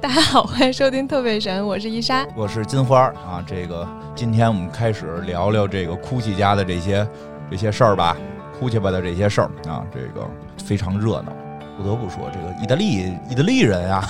大家好，欢迎收听特费神，我是伊莎。我是金花儿啊，这个今天我们开始聊聊这个哭泣家的这些这些事儿吧，哭泣吧的这些事儿啊，这个非常热闹。不得不说，这个意大利意大利人啊，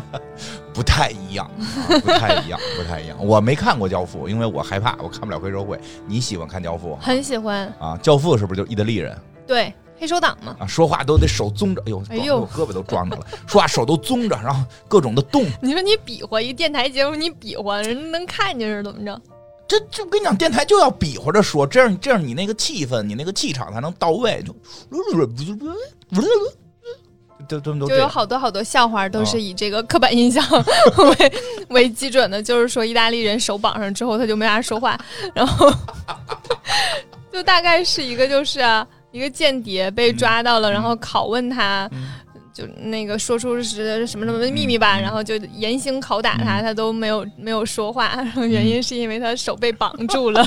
不太一样、啊，不太一样，不太一样。我没看过《教父》，因为我害怕，我看不了黑社会。你喜欢看《教父很喜欢》，啊？《教父》是不是就意大利人对黑手党嘛？啊？说话都得手棕着，哎呦，哎呦我胳膊都撞着了，说话手都棕着，然后各种的动你说你比划一电台节目，你比划人家能看见是怎么着？这就跟你讲，电台就要比划着说，这样这样你那个气氛，你那个气场才能到位。就就这么都就这有样好多好多笑话都啊是以这个刻板印象 为为基准的，就是说意大利人手绑上之后他就没啥说话，然后 就大概是一个就是啊，一个间谍被抓到了，然后拷问他。嗯就那个说出是什么什么秘密吧，嗯嗯嗯然后就严刑拷打他，他都没有没有说话，然后原因是因为他手被绑住 了。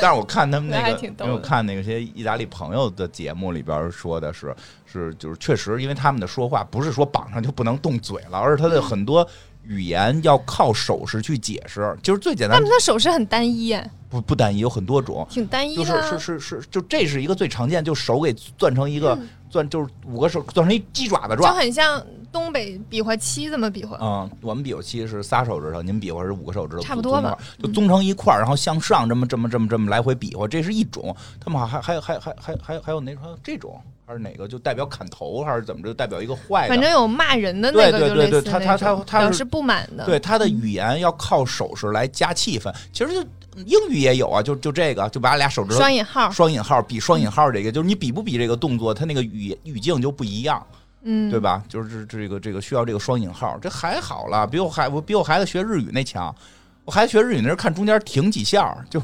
但是我看他们那那还个，挺因逗的为我看那些意大利朋友的节目里边说的是，是就是确实，因为他们的说话不是说绑上就不能动嘴了，而是他的嗯很多语言要靠手势去解释，就是最简他单们，的手势很单一，哎，不不单一，有很多种。挺单一就的是啊。是是是，就这是一个最常见，就手给攥成一个攥，就是五个手攥成一鸡爪子嗯就状，很像东北比划七这么比划，嗯，我们比划期是仨手指头，您比划是五个手指头，差不多吧就综成一块儿，然后向上这么这么这么这么来回比划，这是一种。他们还还还还还还还有哪种这种还是哪个就代表砍头还是怎么着，代表一个坏的。反正有骂人的那个，对对就类对似对他那他种他他是表示不满的。对他的语言要靠手势来加气氛，其实就英语也有啊，就就这个，就把俩手指头双引号，双引号比双引号这个，就是你比不比这个动作，它那个语语境就不一样。嗯，对？吧？就是这个这个需要这个双引号，这还好了，比我孩我比我孩子学日语那强。我孩子学日语那是看中间停几下儿，就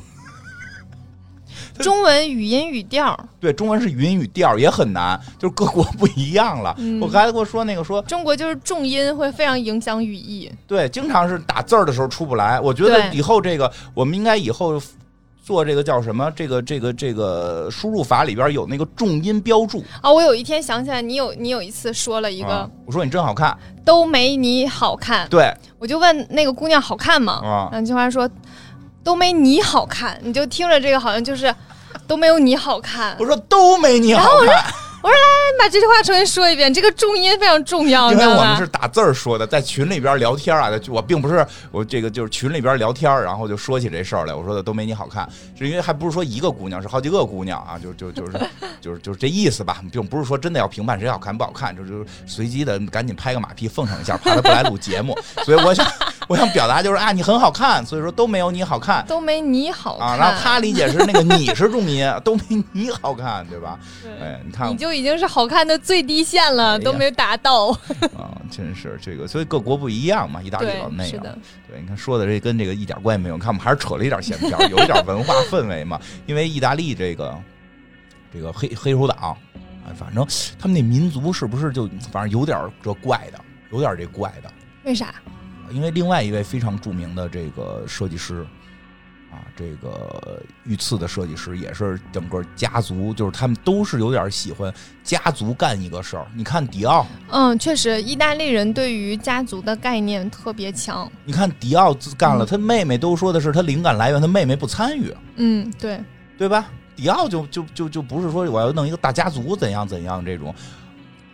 中文语音语调，对中文是语音语调儿也很难，就是各国 不一样了。嗯我孩子跟我说那个说中国就是重音会非常影响语义。对，经常是打字儿的时候出不来。我觉得对以后这个我们应该以后做这个叫什么？这个这个这个输入法里边有那个重音标注啊，我有一天想起来，你有你有一次说了一个、啊。我说你真好看，都没你好看，对我就问那个姑娘好看吗？啊，然后金花说都没你好看，你就听着这个好像就是都没有你好看。哎我说都没你好看，你把这句话重新说一遍，这个重音非常重要，你因知为道我们吗是？打字儿说的，在群里边聊天啊，我并不是我这个就是群里边聊天儿，然后就说起这事儿来，我说的都没你好看，是因为还不是说一个姑娘，是好几个姑娘啊，就就就是 就是就是这意思吧，并不是说真的要评判谁好看不好看，就就是随机的赶紧拍个马屁奉承一下，怕他不来录节目， 所以我想我想表达就是啊，你很好看，所以说都没有你 好看。都没你好看。啊，然后他理解是那个你是重音，都没你好看，对吧？哎，你看你就已经是好看的最低限了，哎呀都没达到。啊，真是这个，所以各国不一样嘛，意大利对老，那是样。的，对，你看说的这跟这个一点关系没有，你看我们还是扯了一点闲篇儿，有一点文化氛围嘛。因为意大利这个这个黑黑手党，啊，反正他们那民族是不是就反正有点儿这怪的，有点儿这怪的。为啥？嗯因为另外一位非常著名的这个设计师，啊，这个御赐的设计师也是整个家族，就是他们都是有点儿喜欢家族干一个事儿。你看迪奥，嗯，确实，意大利人对于家族的概念特别强。你看迪奥自干嗯了，他妹妹都说的是他灵感来源，他妹妹不参与。嗯，对，对吧？迪奥就就就就不是说我要弄一个大家族怎样怎样这种，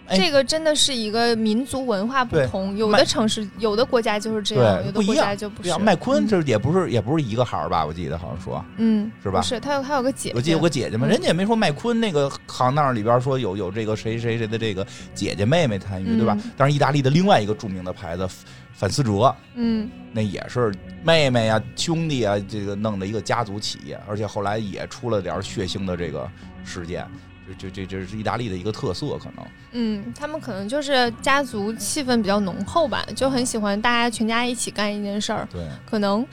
哎这个真的是一个民族文化不对同，有麦的城市、有的国家就是这样，对有的不一国家样就不对是呀，。麦昆这也不是也不是一个行儿吧？我记得好像说，嗯，是吧不是，他有他有个姐姐，我记得有个姐姐嘛，嗯人家也没说麦昆那个行当里边说有有这个谁谁谁的这个姐姐妹妹参与，对吧嗯？当然，意大利的另外一个著名的牌子反思哲，嗯，那也是妹妹啊、兄弟啊，这个弄的一个家族企业，而且后来也出了点儿血腥的这个事件，这这这这是意大利的一个特色，可能。嗯，他们可能就是家族气氛比较浓厚吧，就很喜欢大家全家一起干一件事儿。对，可能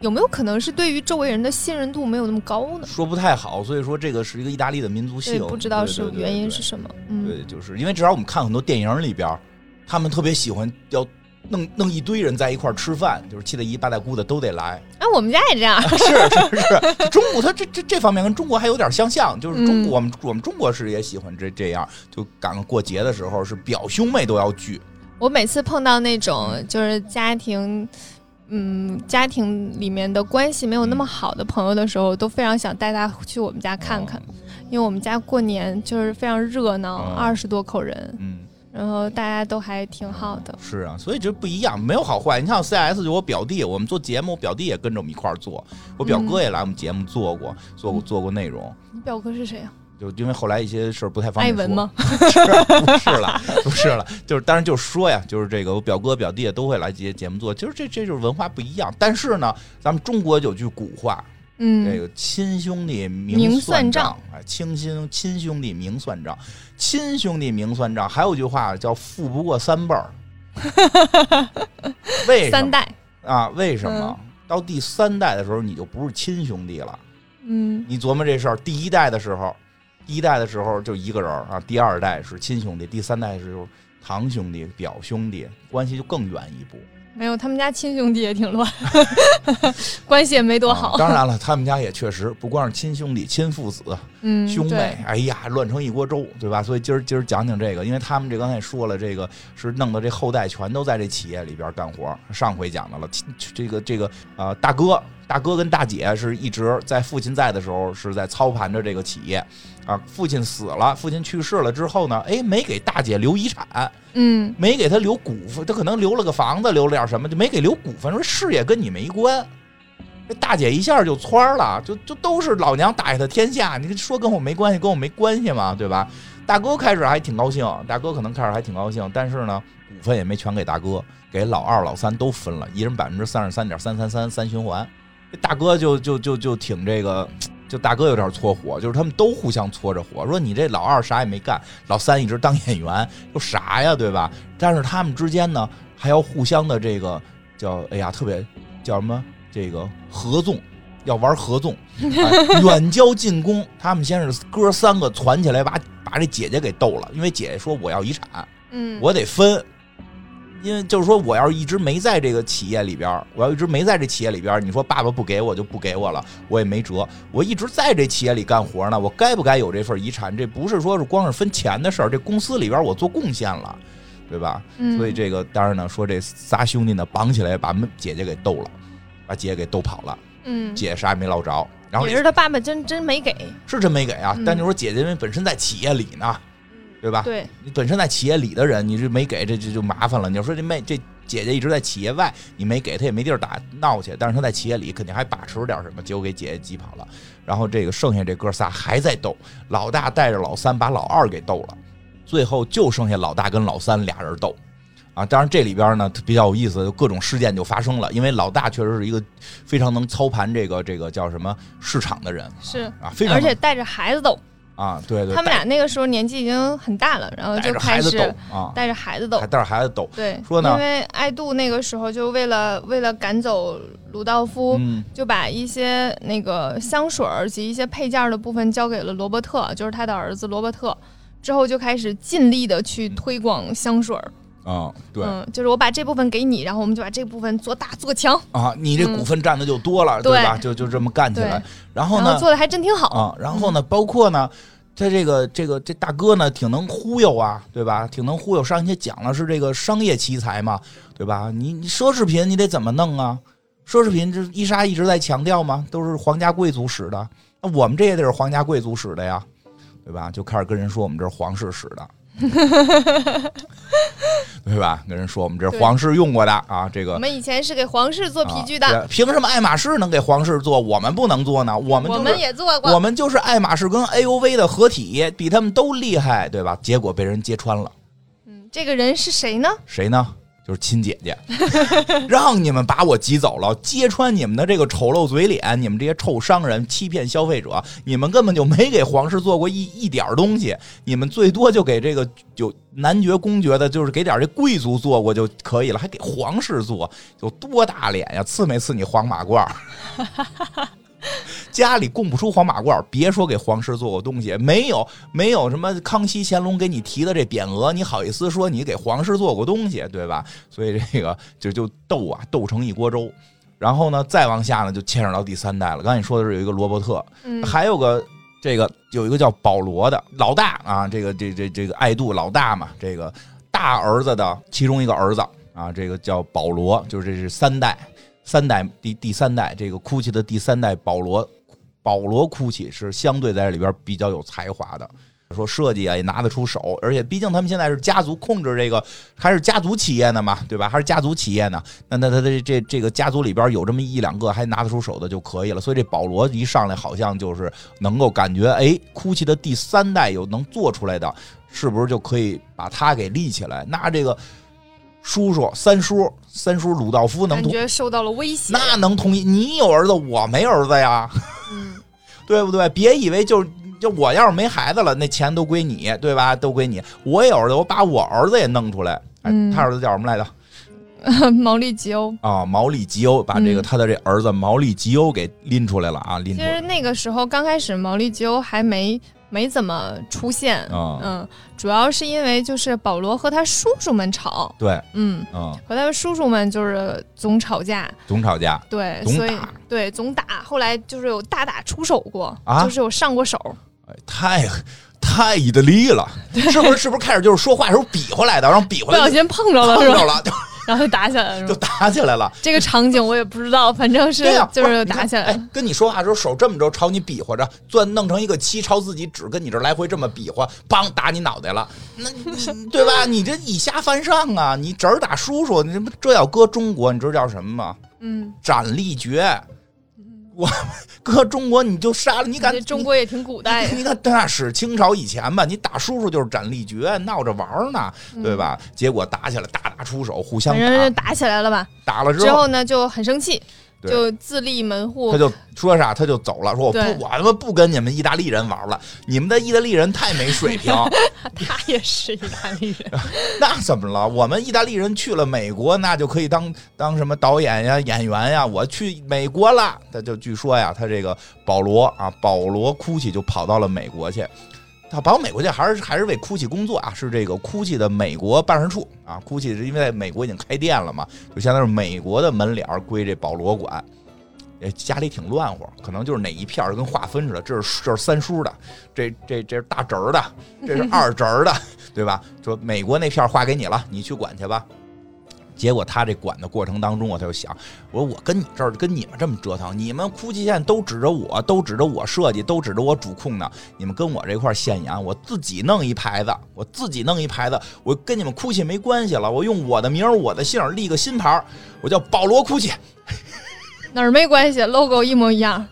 有没有可能是对于周围人的信任度没有那么高呢？说不太好，所以说这个是一个意大利的民族对，性，不知道是对对对原因对是什么。对，嗯，就是因为至少我们看很多电影里边儿，他们特别喜欢要弄弄一堆人在一块儿吃饭，就是七大姨八大姑的都 得来，哎、我们家也这样。 是 是是，中国它这这这方面跟中国还有点相像，就是中嗯国、我们我们中国是也喜欢这这样，就赶个过节的时候是表兄妹都要聚，我每次碰到那种就是家庭，嗯，家庭里面的关系没有那嗯么好的朋友的时候，都非常想带他去我们家看看，因为我们家过年就是非常热闹，哦二十多口人，嗯，然后大家都还挺好的。是啊，所以这不一样，没有好坏。你像 CS 就我表弟，我们做节目，我表弟也跟着我们一块儿做，我表哥也来我们节目做过，做嗯过做过内容。你表哥是谁啊？就因为后来一些事儿不太方艾便说。文吗？ 不是了，不是了，就是当然就是说呀，就是这个我表哥表弟都会来节节目做，就是这这就是文化不一样。但是呢，咱们中国有句古话，这嗯，个亲兄弟明明算算账账，哎，亲亲亲兄弟明算账，亲兄弟明算账。还有句话叫富不过三辈 儿，为什三么代。啊？为什么？到第三代的时候，你就不是亲兄弟了。嗯你琢磨这事儿，第一代的时候，第一代的时候就一个人儿啊，第二代是亲兄弟，第三代是就是堂兄弟、表兄弟，关系就更远一步。，没有，他们家亲兄弟也挺乱， 关系也没多好。啊当然了，他们家也确实不光是亲兄弟、亲父子、嗯，兄妹对，，哎呀，乱成一锅粥，对吧？所以今儿今儿讲讲这个，因为他们这刚才也说了，这个是弄的这后代全都在这企业里边干活儿。上回讲到了，亲这个这个呃，大哥大哥跟大姐是一直在父亲在的时候是在操盘着这个企业啊。父亲死了，父亲去世了之后呢，哎，没给大姐留遗产，嗯没给她留股份，她可能留了个房子，留了点什么，就没给留股份，说事业跟你没关。这大姐一下就窜儿了，就就都是老娘打下的天下，你说跟我没关系，跟我没关系嘛，对吧？大哥开始还挺高兴，大哥可能开始还挺高兴，但是呢，股份也没全给大哥，给老二、老三都分了，一人百分之三十三点三三三三循环。这大哥就就就就挺这个，就大哥有点搓火，就是他们都互相搓着火，说你这老二啥也没干，老三一直当演员，又啥呀，对吧？但是他们之间呢，还要互相的这个叫哎呀，特别叫什么这个合纵，要玩合纵，哎远交近攻。他们先是哥三个攒起来把把这姐姐给斗了，因为姐姐说我要遗产，嗯，我得分。因为就是说，我要是一直没在这个企业里边儿，我要一直没在这企业里边儿，你说爸爸不给我就不给我了，我也没辙。我一直在这企业里干活呢，我该不该有这份遗产？这不是说是光是分钱的事儿，这公司里边儿我做贡献了，对吧？嗯所以这个当然呢，说这仨兄弟呢绑起来把妹姐姐给斗了，把姐姐给斗跑了，嗯，姐啥也没捞着。然后也是他爸爸真真没给，是真没给啊嗯，但就说姐姐因为本身在企业里呢，对吧？对，你本身在企业里的人，你这没给，这这就麻烦了。你要说这妹这姐姐一直在企业外，你没给她也没地儿打闹去，但是她在企业里肯定还把持着点什么，结果给姐姐挤跑了。然后这个剩下这哥仨还在斗，老大带着老三把老二给斗了，最后就剩下老大跟老三俩人斗。啊，当然这里边呢比较有意思，各种事件就发生了。因为老大确实是一个非常能操盘这个这个叫什么市场的人是，啊，非常而且带着孩子斗，啊，对对，他们俩那个时候年纪已经很大了，然后带就着开孩子始斗啊，带着孩子斗还，带着孩子斗，对，说呢因为爱杜那个时候就为了为了赶走鲁道夫，嗯。就把一些那个香水儿及一些配件儿的部分交给了罗伯特，就是他的儿子罗伯特。之后就开始尽力的去推广香水儿，啊、嗯对、嗯，就是我把这部分给你，然后我们就把这部分做大做强，啊，你这股份占的就多了，嗯对吧？就就这么干起来对，然后然呢后做的还嗯真挺好，啊，然后呢，包括呢。他这个这个这大哥呢，挺能忽悠啊，对吧？挺能忽悠。上一节讲了是这个商业奇才嘛，对吧？你你奢侈品你得怎么弄啊？奢侈品这伊莎一直在强调嘛，都是皇家贵族使的，那我们这也得是皇家贵族使的呀，对吧？就开始跟人说我们这是皇室使 的，对吧？跟人说我们这是对皇室用过的啊，这个我们以前是给皇室做皮具的，啊对凭什么爱马仕能给皇室做，我们不能做呢？我们我就是们也做我过，们就是爱马仕跟 AUV 的合体，比他们都厉害，对吧？结果被人揭穿了，嗯，这个人是谁呢？谁呢？就是亲姐 姐，让你们把我挤走了，揭穿你们的这个丑陋嘴脸，你们这些臭商人欺骗消费者，你们根本就没给皇室做过一一点儿东西，你们最多就给这个有男爵、公爵的，就是给点儿这贵族做过就可以了，还给皇室做，有多大脸呀？刺没刺你黄马褂儿？家里供不出黄马褂儿，别说给皇室做过东西，没有没有什么康熙、乾隆给你提的这匾额，你好意思说你给皇室做过东西，对吧？ 所以这个就就斗啊，斗成一锅粥。然后呢，再往下呢，就牵扯到第三代了。刚才你说的是有一个罗伯特，嗯，还有个这个有一个叫保罗的老大啊，这个这这这个爱杜老大嘛，这个。大儿子的其中一个儿子啊，这个叫保罗，就是这是三代，三代第第三代，这个 Gucci 的第三代保罗，保罗 Gucci 是相对在这里边比较有才华的。说设计啊也拿得出手，而且毕竟他们现在是家族控制这个，还是家族企业呢嘛，对吧？还是家族企业呢？那那他这这这个家族里边有这么一两个还拿得出手的就可以了。所以这保罗一上来好像就是能够感觉，哎，哭泣的第三代有能做出来的，是不是就可以把他给立起来？那这个叔叔三叔三叔鲁道夫能感同觉受到了威胁。那能同意？你有儿子，我没儿子呀。嗯， 对不对？别以为就是就我要是没孩子了，那钱都归你，对吧？都归你。我也有儿子，我把我儿子也弄出来。哎嗯，他儿子叫什么来着？ 毛利吉欧。啊，毛利吉欧把这个嗯他的这儿子毛利吉欧给拎出来了啊，拎其出来实那个时候刚开始，毛利吉欧还没没怎么出现。啊，嗯，主要是因为就是保罗和他叔叔们吵，对，嗯，嗯，和他的叔叔们就是总吵架，总吵架，对，总所以打对总打，后来就是有大打出手过，啊就是有上过手，哎太太意大利 了，是不是？是不是开始就是说话时候比划来的，然后比不划小来就心碰着了碰是吧？着了，然后就打起来了就是就吧？打起来了。这个场景我也不知道，反正是对呀、就不是你看打起来了。哎，跟你说话的时候手这么着朝你比划着，钻弄成一个七，朝自己指跟你这儿来回这么比划，梆打你脑袋了。那你对吧？你这以下犯上啊！你侄儿打叔叔，你这不这要搁中国，你知道叫什么吗？嗯，斩立决。 我搁中国你就杀了，你敢这中国也挺古代你的，你看，那是清朝以前吧，你打叔叔就是斩立决，闹着玩儿呢，对吧？结果打起来，大打出手，互相嗯反正打是，打起来了吧？打了之后呢就很生气，对就自立门户他。就说啥他就走了，说我不对我他妈不跟你们意大利人玩了，你们的意大利人太没水平， 他也是意大利人，那怎么了？我们意大利人去了美国，那就可以当当什么导演呀、演员呀。我去美国了，他就据说呀，他这个保罗啊，保罗哭泣就跑到了美国去。他跑美国去还是还是为哭泣工作啊，是这个哭泣的美国办事处啊，哭泣是因为在美国已经开店了嘛，就相当于是美国的门脸儿归这保罗管。哎，家里挺乱乎，可能就是哪一片儿跟划分似的，这是这是三叔的，这这这是大侄儿的，这是二侄儿的， 对吧？说美国那片儿划给你了，你去管去吧。结果他这管的过程当中啊，我他就想，我说我跟你这儿跟你们这么折腾，你们哭泣现在都指着我，都指着我设计，都指着我主控呢，你们跟我这块儿现眼，我自己弄一牌子，我自己弄一牌子，我跟你们哭泣没关系了，我用我的名儿、我的姓儿立个新牌儿，我叫保罗哭泣，哪儿没关系，logo 一模一样。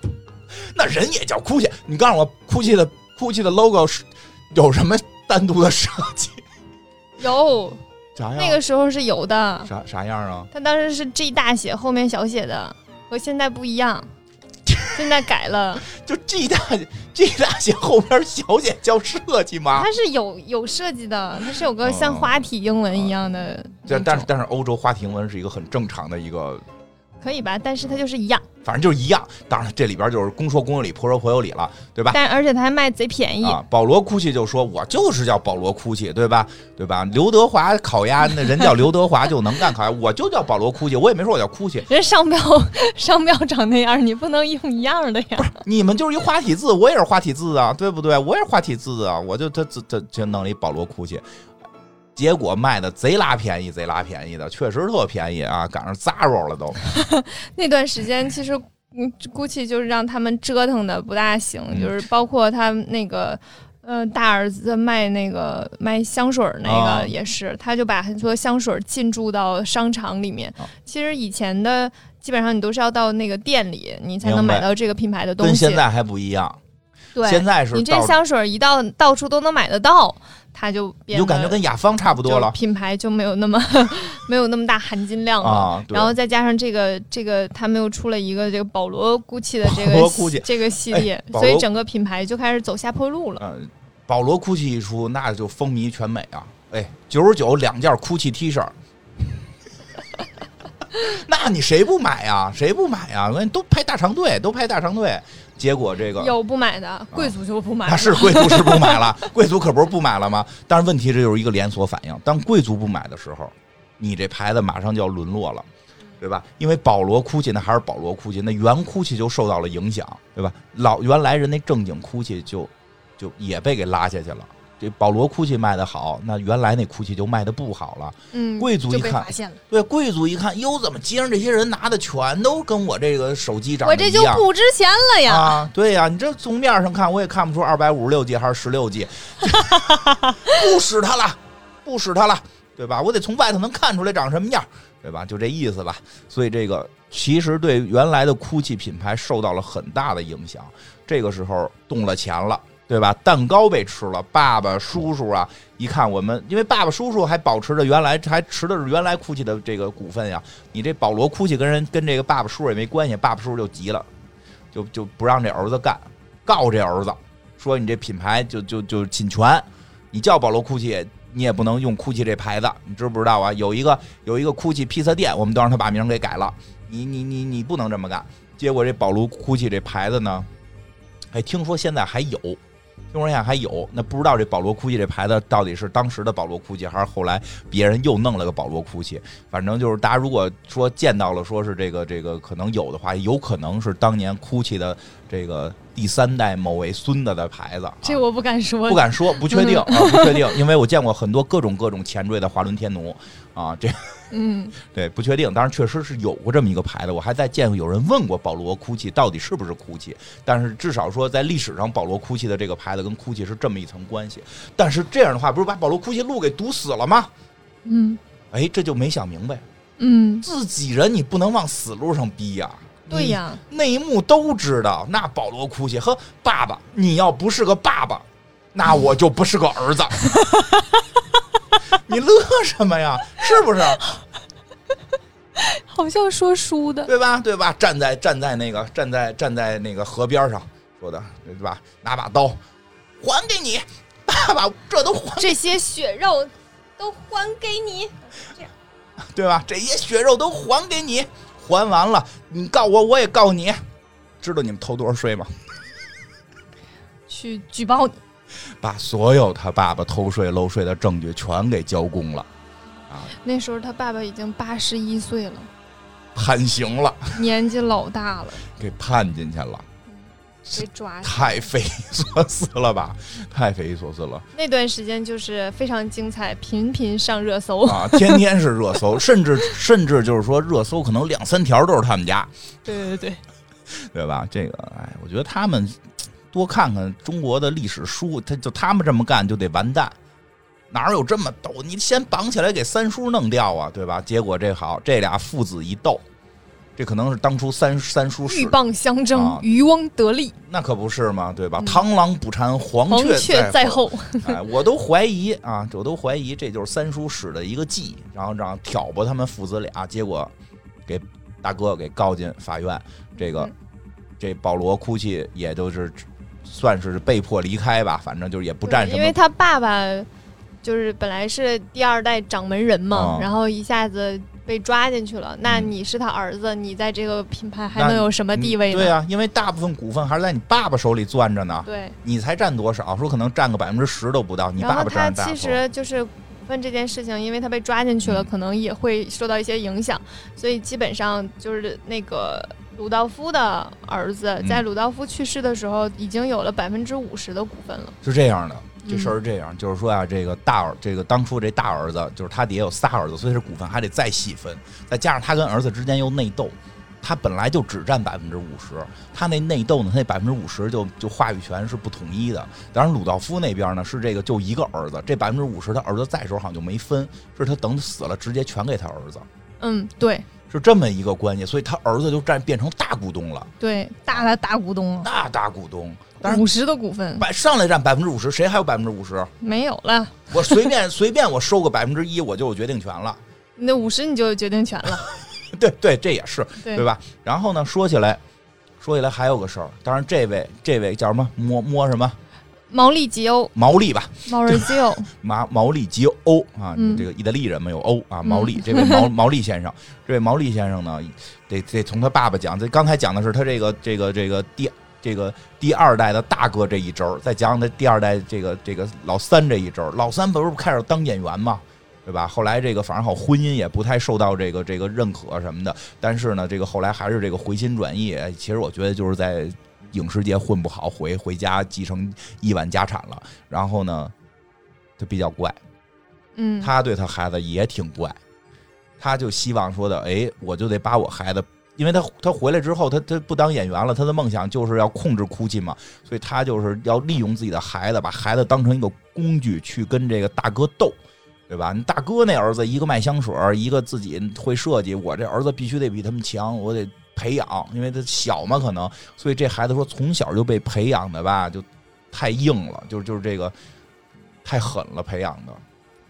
那人也叫哭泣。你告诉我，哭泣的哭泣的 logo 是有什么单独的设计？有啥样？那个时候是有的，啥啥样啊？他当时是 G 大写后面小写的，和现在不一样，现在改 了。就 G 大 G 大写后边小写叫设计吗？它是有有设计的，它是有个像花体英文一样的那但种，哦啊但是但是欧洲花庭文是一个很正常的一个，可以吧？但是它就是一样，反正就是一样。当然这里边就是公说公有理，婆说婆有理了，对吧？但而且它还卖贼便宜。啊，保罗哭泣就说：“我就是叫保罗哭泣，对吧？对吧？刘德华烤鸭，那人叫刘德华就能干烤鸭，我就叫保罗哭泣，我也没说我叫哭泣。人商标 商标长那样，你不能用一样的呀。你们就是一花体字，我也是花体字啊，对不对？我也是花体字啊，我就他这这就弄了一保罗哭泣，结果卖的贼拉便宜，贼拉便宜的，确实特便宜啊，赶上 Zara 了都。”那段时间其实，嗯，GUCCI 就是让他们折腾的不大行，嗯就是包括他那个。呃，大儿子卖那个卖香水儿那啊个也是，他就把很多香水儿进驻到商场里面。啊其实以前的基本上你都是要到那个店里，你才能明白买到这个品牌的东跟西。现在还不一样，现对，在是你这到香水儿一到到处都能买得到，它就你变就得感觉跟雅芳差不多就了品牌就没有那么没有那么大含金量了。啊。对然后再加上这个这个，他们又出了一个这个保罗 GUCCI 的这保个罗 GUCCI 这个系列哎，保所罗以整个品牌就开始走下坡路了。呃，保罗哭泣一出，那就风靡全美啊！哎，九十九两件哭泣 T 恤 儿，那你谁不买呀？谁不买呀？我都排大长队，都排大长队。结果这个有不买的，贵族就不 买那了。啊是贵族是不买了， 贵族可不是不买了吗？但是问题这就是一个连锁反应，当贵族不买的时候，你这牌子马上就要沦落了。对吧？因为保罗哭泣，那还是保罗哭泣，那原哭泣就受到了影响，对吧？老原来人那正经哭泣就就也被给拉下去了，这保罗哭泣卖的好，那原来那哭泣就卖的不好了。嗯，贵族就一被看发现了，对，贵族一看，哟，怎么街上这些人拿的全都跟我这个手机长我得一这就样？不值钱了呀。啊，对呀、你这从面上看我也看不出二百五十六 G 还是十六 G，不使它了，不使它了，对吧？我得从外头能看出来长什么样，对吧？就这意思吧。所以这个其实对原来的哭泣品牌受到了很大的影响。这个时候动了钱了。对吧？蛋糕被吃了，爸爸、叔叔啊，一看我们，因为爸爸、叔叔还保持着原来还持的是原来哭泣的这个股份呀。你这保罗哭泣跟人跟这个爸爸、叔叔也没关系，爸爸、叔叔就急了，就就不让这儿子干，告这儿子说你这品牌就就就侵权，你叫保罗哭泣，你也不能用哭泣这牌子，你知不知道啊？有一个有一个哭泣披萨店，我们都让他把名儿给改了，你你你你不能这么干。结果这保罗哭泣这牌子呢，哎，听说现在还有。听说现在还有，那不知道这保罗哭泣这牌子到底是当时的保罗哭泣，还是后来别人又弄了个保罗哭泣。反正就是大家如果说见到了，说是这个这个可能有的话，有可能是当年哭泣的这个第三代某位孙子的牌子、啊。这我不敢说，不敢说，不确定啊，嗯不确定，因为我见过很多各种各种前缀的华伦天奴啊，这嗯，对不确定。当然，确实是有过这么一个牌子，我还在见过有人问过保罗哭泣到底是不是哭泣，但是至少说在历史上，保罗哭泣的这个牌子跟哭泣是这么一层关系。但是这样的话，不是把保罗哭泣路给堵死了吗？嗯哎，这就没想明白，嗯，自己人你不能往死路上逼呀、嗯对呀、内幕都知道。那保罗哭泣，呵，爸爸，你要不是个爸爸，那我就不是个儿子。你乐什么呀？是不是？ 好像说书的，对吧？对吧？站在站在那个站在站在那个河边上说的，对吧？拿把刀，还给你，爸爸，这都还这些血肉都还给你。对吧？这些血肉都还给你，还完了，你告我，我也告你。知道你们偷多少税吗？去举报你，把所有他爸爸偷税漏税的证据全给交公了，那时候他爸爸已经八十一岁了，判刑 了。年纪老大了，给判进去了，被抓起来。太匪夷所思了吧？ 太匪夷所思了那段时间就是非常精彩，频频上热搜。啊！天天是热搜， 甚至甚至就是说热搜可能两三条都是他们家，对对对，对吧？这个，哎，我觉得他们多看看中国的历史书，他就他们这么干就得完蛋。哪有这么斗？你先绑起来给三叔弄掉啊，对吧？结果这好，这俩父子一斗，这可能是当初三三叔使鹬蚌相争啊，渔翁得利，那可不是嘛，对吧？嗯螳螂捕蝉，黄黄雀雀在在后。后。 哎，我都怀疑啊，我都怀疑这就是三叔使的一个计，然后让挑拨他们父子俩，结果给大哥给告进法院。这个嗯这保罗哭泣也就是算是被迫离开吧，反正就是也不占对什因为么。他爸爸就是本来是第二代掌门人嘛，啊然后一下子被抓进去了。那嗯你是他儿子，你在这个品牌还那能有什么地位嗯呢？对啊，因为大部分股份还是在你爸爸手里攥着呢，对你才占多少？说可能占个百分之十都不到，你然爸后爸他占大其头。实就是股份这件事情，因为他被抓进去了，嗯可能也会受到一些影响，所以基本上就是那个。鲁道夫的儿子嗯在鲁道夫去世的时候，已经有了百分之五十的股份了。是这样的，这嗯事儿是这样，就是说啊，这个大儿，这个当初这大儿子，就是他底下有仨儿子，所以这股份还得再细分，再加上他跟儿子之间又内斗，他本来就只占百分之五十，他那内斗呢，他那百分之五十就就话语权是不统一的。当然，鲁道夫那边呢是这个就一个儿子，这百分之五十他儿子在时候好像就没分，是他等死了直接全给他儿子，嗯，对是这么一个关系，所以他儿子就占变成大股东了，对，大的大股东了，那大股东。当然五十的股份百上来占百分之五十，谁还有百分之五十？没有了。我随便随便我收个百分之一，我就有决定权了。 那五十你就有决定权了，对对，这也是对对？吧？然后呢，说起来，说起来还有个事儿，当然这位这位叫什么摸摸什么毛利吉欧，毛利吧，毛尔吉欧，毛毛利及欧啊，嗯这个意大利人嘛有欧啊，毛利这位毛毛利先生，这位毛利先生呢，得得从他爸爸讲，这刚才讲的是他这个这个这个第这个第二代的大哥这一支儿，再讲讲他第二代这个这个老三这一支儿，老三不是开始当演员嘛。对吧？后来这个反正好，婚姻也不太受到这个这个认可什么的。但是呢，这个后来还是这个回心转意。哎其实我觉得就是在影视界混不好，回回家继承亿万家产了。然后呢，他比较怪，嗯，他对他孩子也挺怪，他就希望说的，哎，我就得把我孩子。因为他他回来之后，他他不当演员了，他的梦想就是要控制哭泣嘛，所以他就是要利用自己的孩子，把孩子当成一个工具去跟这个大哥斗，对吧？你大哥那儿子一个卖香水儿，一个自己会设计，我这儿子必须得比他们强，我得培养，因为他小嘛，可能，所以这孩子说从小就被培养的吧，就太硬了，就是就是这个太狠了，培养的。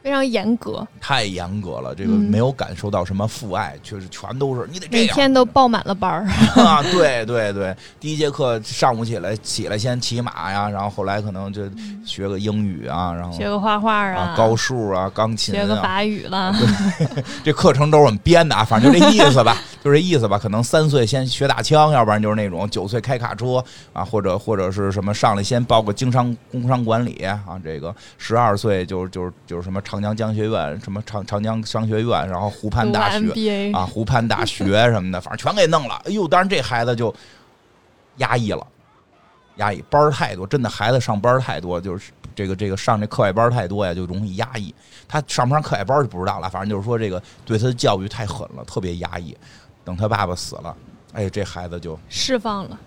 非常严格，太严格了，这个嗯没有感受到什么父爱，确实全都是你得这每样，天都报满了班儿。啊， 对对对，第一节课上午起来起来先骑马呀，然后后来可能就学个英语啊，然嗯后学个画画啊高数啊、钢琴学个啊，法语了，这课程都是我们编 的啊，反正就这意思吧，就这意思吧。可能三岁先学打枪，要不然就是那种九岁开卡车啊，或者或者是什么上来先报个经商工商管理啊，这个十二岁就就就是什么长江江学院，什么长长江商学院，然后湖畔读大学 MBA，、啊，湖畔大学什么的，反正全给弄了。哎呦，当然这孩子就压抑了，压抑班儿太多，真的孩子上班儿太多，就是这个这个上这课外班儿太多呀，就容易压抑。他上不上课外班儿就不知道了，反正就是说这个对他的教育太狠了，特别压抑。等他爸爸死了，哎，这孩子就释放了，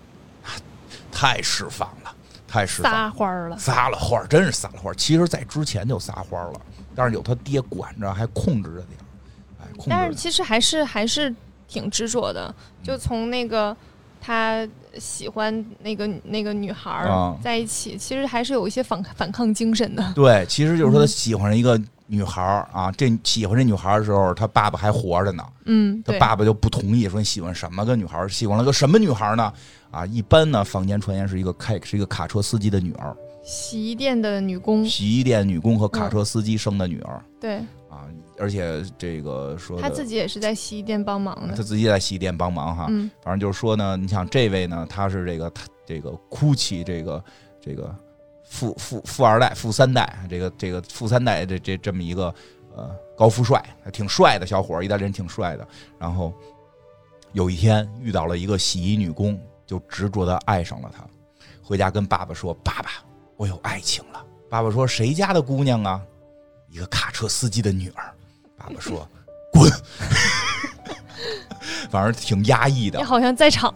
太释放了，太释放了。撒欢儿了，撒了欢儿，真是撒了欢儿。其实，在之前就撒欢儿了，但是有他爹管着，还控制着点儿，哎，控制着但点是儿。其实还是还是挺执着的，嗯就从那个他喜欢那个那个女孩啊儿在一起，其实还是有一些反反抗精神的。对，其实就是说他嗯喜欢上一个女孩儿啊，这喜欢这女孩儿的时候，他爸爸还活着呢，嗯，他对，爸爸就不同意，说你喜欢什么个女孩儿，喜欢了个什么女孩儿呢？啊，一般呢，坊间传言是一个开是一个卡车司机的女儿，洗衣店的女工，洗衣店女工和卡嗯车司机生的女儿对啊，而且这个说的她自己也是在洗衣店帮忙他的。自己在洗衣店帮忙哈，嗯，反正就是说呢，你想这位呢，他是这个他这个哭泣这个这个富富富二代、富三代，这个这个富三代这这这么一个呃高富帅，还挺帅的小伙儿，意大利人挺帅的。然后有一天遇到了一个洗衣女工，就执着的爱上了她，回家跟爸爸说：“爸爸，我有爱情了。”爸爸说：“谁家的姑娘啊？”一个卡车司机的女儿。爸爸说：“ 滚！” 反正挺压抑的你，好像在场，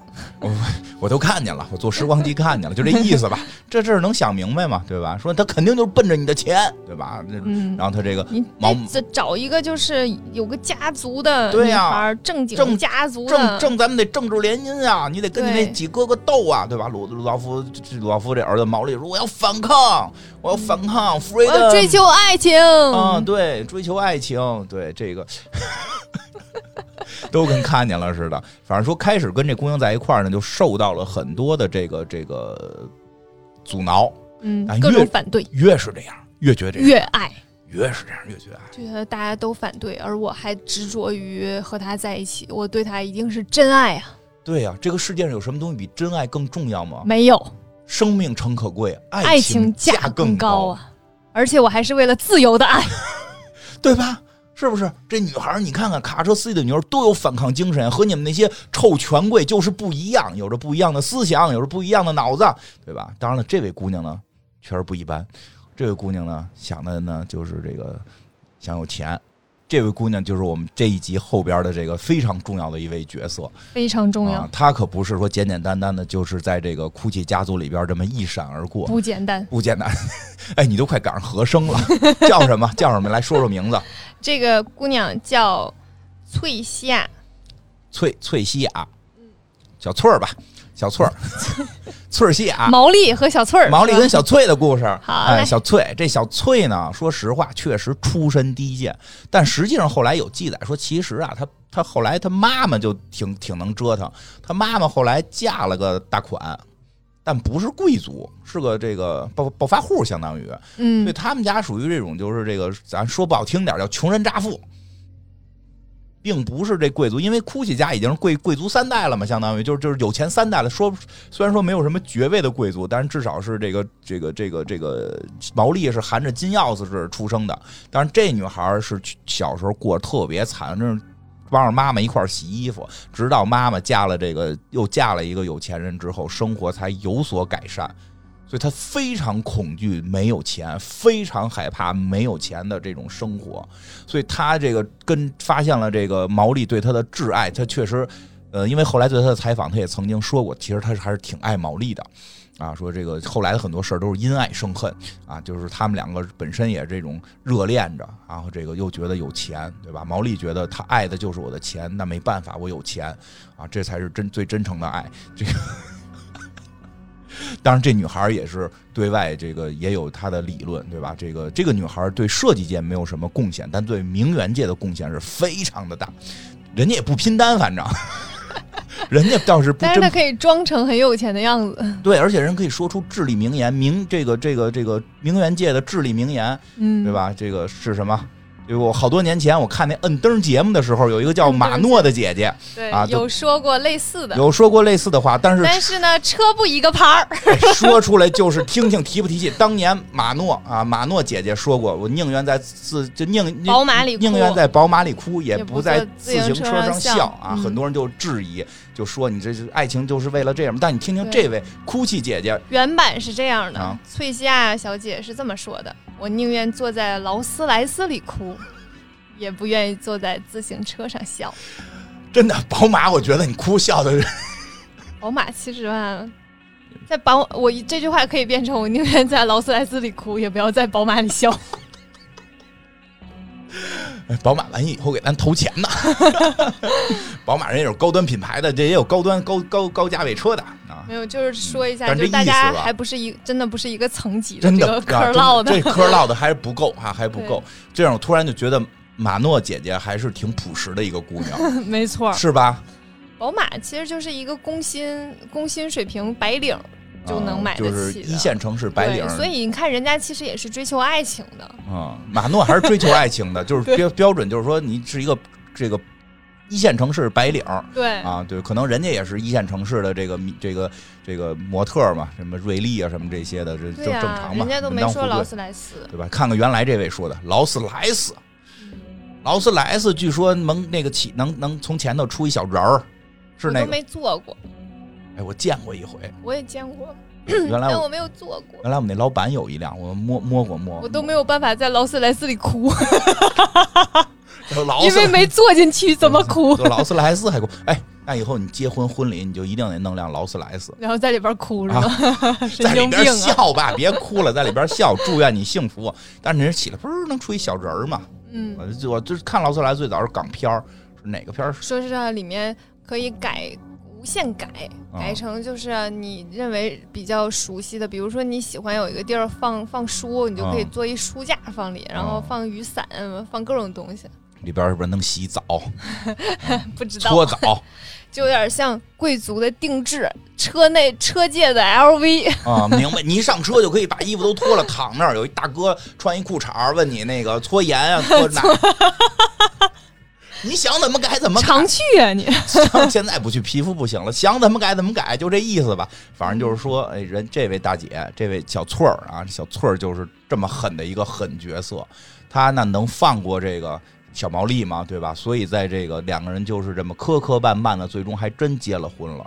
我都看见了，我坐时光机看见了，就这意思吧。这事儿能想明白吗？对吧？说他肯定就是奔着你的钱，对吧？那嗯，然后他这个你毛得找找一个就是有个家族的对女呀孩儿，正经正家族政的，政，咱们得政治联姻啊！你得跟你那嗯对几哥哥斗啊，对吧？鲁鲁道夫这鲁道夫这儿子毛利说：“我要反抗，我要反抗我要，freedom，追求爱情。啊，对，追求爱情，对这个 都跟看见了似的。反正说开始跟这姑娘在一块儿呢，就受到了很多的这个这个阻挠，嗯哎，各越种反对，越是这样，越觉得这样，越爱，越是这样，越觉得爱。觉得大家都反对，而我还执着于和他在一起，我对他一定是真爱啊！对呀、这个世界上有什么东西比真爱更重要吗？没有，生命诚可贵，爱啊情价更高，啊！而且我还是为了自由的爱，对吧？是不是？这女孩儿，你看看卡车司机的女儿都有反抗精神，啊和你们那些臭权贵就是不一样，有着不一样的思想，有着不一样的脑子，对吧？当然了，这位姑娘呢，确实不一般。这位姑娘呢，想的呢就是这个想有钱。这位姑娘就是我们这一集后边的这个非常重要的一位角色，非常重要啊，，她可不是说简简单单的，就是在这个哭泣家族里边这么一闪而过，不简单。不简单。 哎，你都快赶上和声了，叫什么？叫什么？来说说名字。这个姑娘叫翠夏，翠翠西雅，啊小翠儿吧，小翠儿， 翠儿西雅，毛利和小翠儿，啊毛利是吧跟小翠的故事。好哎，嘞小翠这小翠呢，说实话确实出身低贱，但实际上后来有记载说，其实啊，她她后来她妈妈就挺挺能折腾，她妈妈后来嫁了个大款。但不是贵族，是个这个暴暴发户，相当于，所以嗯，他们家属于这种就是这个，咱说不好听点儿叫穷人乍富，并不是这贵族，因为哭泣家已经是贵贵族三代了嘛，相当于就是就是有钱三代了。说虽然说没有什么爵位的贵族，但是至少是这个这个这个这个毛利是含着金钥匙是出生的。但是这女孩儿是小时候过得特别惨，真是帮着妈妈一块儿洗衣服，直到妈妈嫁了这个又嫁了一个有钱人之后，生活才有所改善。所所以他非常恐惧没有钱，非常害怕没有钱的这种生活，所以他这个跟发现了这个毛利对他的挚爱，他确实，呃，因为后来对他的采访，他也曾经说过，其实他是还是挺爱毛利的。啊，说这个后来的很多事儿都是因爱生恨啊，就是他们两个本身也这种热恋着，然后这个又觉得有钱，对吧？毛利觉得他爱的就是我的钱，那没办法，我有钱啊，这才是真最真诚的爱。这个，当然这女孩儿也是对外这个也有她的理论，对吧？这个这个女孩儿对设计界没有什么贡献，但对名媛界的贡献是非常的大，人家也不拼单，反正。 人家倒是不但是他真可以装成很有钱的样子，对，而且人可以说出至理名言，名这个这个这个名媛界的至理名言，嗯，对？吧？这个是什么？因为我好多年前我看那摁灯节目的时候，有一个叫马诺的姐姐对，啊就有说过类似的，有说过类似的话，但是但是呢，车不一个牌儿，说出来就是听听提不提气。当年马诺啊，马诺姐姐说过，我宁愿在自就宁宁宝马里哭宁愿在宝马里哭，也也不不在坐自自行行车车上上笑笑啊！嗯很多人就质疑，就说你这是爱情就是为了这样。但你听听对这位哭泣姐姐，原版是这样的，啊翠西亚小姐是这么说的：“我宁愿坐在劳斯莱斯里哭，也不愿意坐在自行车上笑。真的宝马，我觉得你哭笑的人宝马七十万，啊在宝我这句话可以变成：我宁愿在劳斯莱斯里哭，也不要在宝马里 笑。哎宝马完以后给咱投钱呢。 宝马人也有高端品牌的，这也有高端高高高价位车的啊”。没有，就是说一下，但就是是这大意思吧家还不是一真的不是一个层级真这的个嗑啊真唠的这。嗑唠的还是不够哈、还不够。这样我突然就觉得马诺姐姐还是挺朴实的一个 姑娘，没错儿，是吧？宝马其实就是一个工薪工薪水平白领就能买得起啊就的是一线城市白领对，。所以你看，人家其实也是追求爱情的，嗯，马诺还是追求爱情的，就是对 标标准，就是说你是一个这个一线城市白领对，啊，对，可能人家也是一线城市的这个这个这个模特嘛，什么瑞丽啊，什么这些的，这对正呀、正常嘛，人家都门没当说户对劳斯莱斯，对吧？看看原来这位说的劳斯莱斯，嗯劳斯莱斯据说能那个起能能从前头出一小人儿，是我那都个？没坐过，哎，我见 过一回，我也见过，原来但我我没有坐过，原来我们那老板有一辆，我摸摸过摸，我都没有办法在劳斯莱斯里哭，有劳因斯为没坐进去， 怎么哭？有劳斯莱斯还过，哎，那以后你结婚婚礼你就一定得弄辆劳斯莱斯。然后在里边哭是啊吗？ 在神里经边病啊！笑吧，别哭了，在里边笑，祝愿你幸福。但是人起来，不是能出一小人儿嘛？嗯，我就我就是看劳斯莱斯最早是港片儿，是哪个片儿？说是它里面可以改。无限改，啊改成就是你认为比较熟悉的，比如说你喜欢有一个地儿放放书，你就可以啊做一书架放里，然后放雨伞，放各种东西。里边是不是能洗澡、不知道搓澡？就有点像贵族的定制，车内车界的 LV，啊，明白。你一上车就可以把衣服都脱了，躺那儿有一大哥穿一裤衩儿，问你那个搓盐啊，搓哪儿？你想怎么改怎么改。常去啊 你！想现在不去，皮肤不行了，想怎么改怎么改，就这意思吧。反正就是说，哎，人这位大姐，这位小翠儿啊，小翠儿就是这么狠的一个狠角色，她那能放过这个？小毛利吗？对吧？所以在这个两个人就是这么磕磕绊绊的，最终还真结了婚了。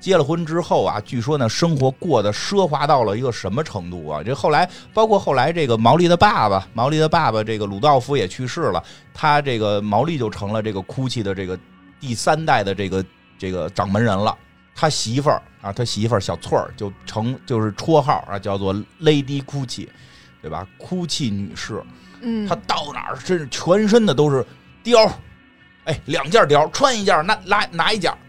结了婚之后啊，据说呢，生活过得奢华到了一个什么程度啊？这后来，包括后来这个毛利的爸爸，毛利的爸爸这个鲁道夫也去世了，他这个毛利就成了这个哭泣的这个第三代的这个这个掌门人了。他媳妇儿啊，他媳妇儿小翠儿就成就是绰号啊，叫做 Lady 哭泣，对吧？哭泣女士，嗯她，到哪儿身上全身的都是貂儿，哎，两件貂儿穿一件，拿拿拿一件儿。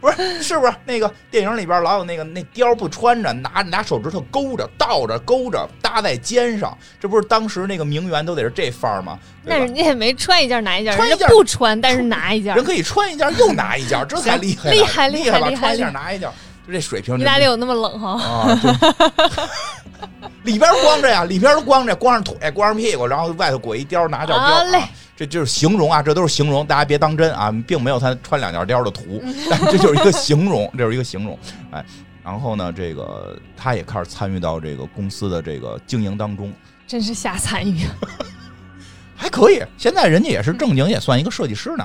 不是，是不是那个电影里边老有那个那貂儿不穿着，拿拿手指头勾着、倒着、勾着搭在肩上，这不是当时那个名媛都得是这范儿吗？对那吧人家也没穿一件拿一件，穿一人件家不穿，但是拿一件人。可以穿一件又拿一件，这才厉害呢，啊厉害厉厉害吧？厉害穿一件拿一件，就这水平。意大利有那么冷哈？啊，对 里边光着呀，里边都光着，光着腿，光着屁股，然后外头裹一貂，拿件貂、啊嘞啊，这就是形容啊，这都是形容，大家别当真啊，并没有他穿两件貂的图，嗯 但这就是一个形容，这就是一个形容，哎。然后呢，这个他也开始参与到这个公司的这个经营当中，真是瞎参与。还可以。现在人家也是正经，也算一个设计师呢。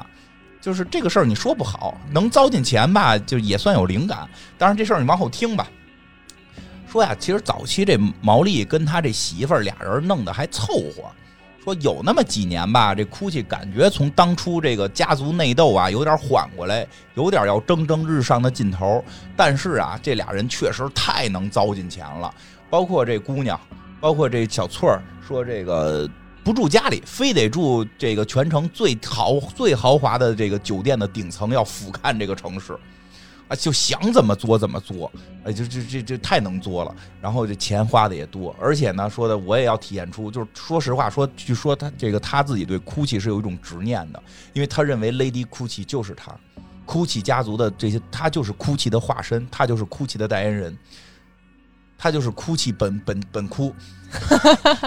就是这个事儿，你说不好，能糟践钱吧，就也算有灵感。当然这事儿你往后听吧。说呀，其实早期这毛利跟他这媳妇儿俩人弄得还凑合。说有那么几年吧，这哭泣感觉从当初这个家族内斗啊，有点缓过来，有点要蒸蒸日上的劲头。但是啊，这俩人确实太能糟践钱了，包括这姑娘，包括这小翠儿，说这个不住家里，非得住这个全城最豪最豪华的这个酒店的顶层，要俯瞰这个城市。啊，就想怎么作怎么作，哎，就这这这太能作了。然后这钱花的也多，而且呢，说的我也要体现出，就是说实话，说据说他这个他自己对 GUCCI 是有一种执念的，因为他认为 Lady GUCCI 就是他，GUCCI 家族的这些，他就是 GUCCI 的化身，他就是 GUCCI 的代言人，他就是 GUCCI 本本本哭，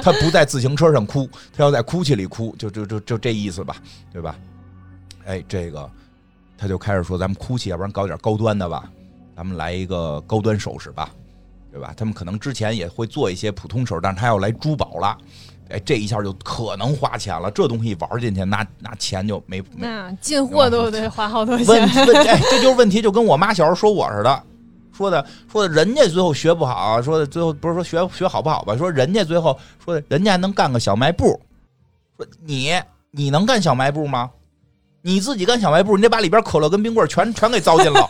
他不在自行车上哭，他要在 GUCCI 里哭，就就就就这意思吧，对吧？哎，这个。他就开始说：“咱们 GUCCI，要不然搞点高端的吧，咱们来一个高端首饰吧，对吧？他们可能之前也会做一些普通首饰，但是他要来珠宝了，哎，这一下就可能花钱了。这东西玩进去，那那钱就没没那进货都得花好多嗯问钱，问，哎，这就是问题，就跟我妈小时候说我似的，说的说的，人家最后学不好，说的最后不是说学学好不好吧，说人家最后说的人家还能干个小卖部，说你你能干小卖部吗？你自己干小卖部，你得把里边可乐跟冰棍儿全全给糟践了。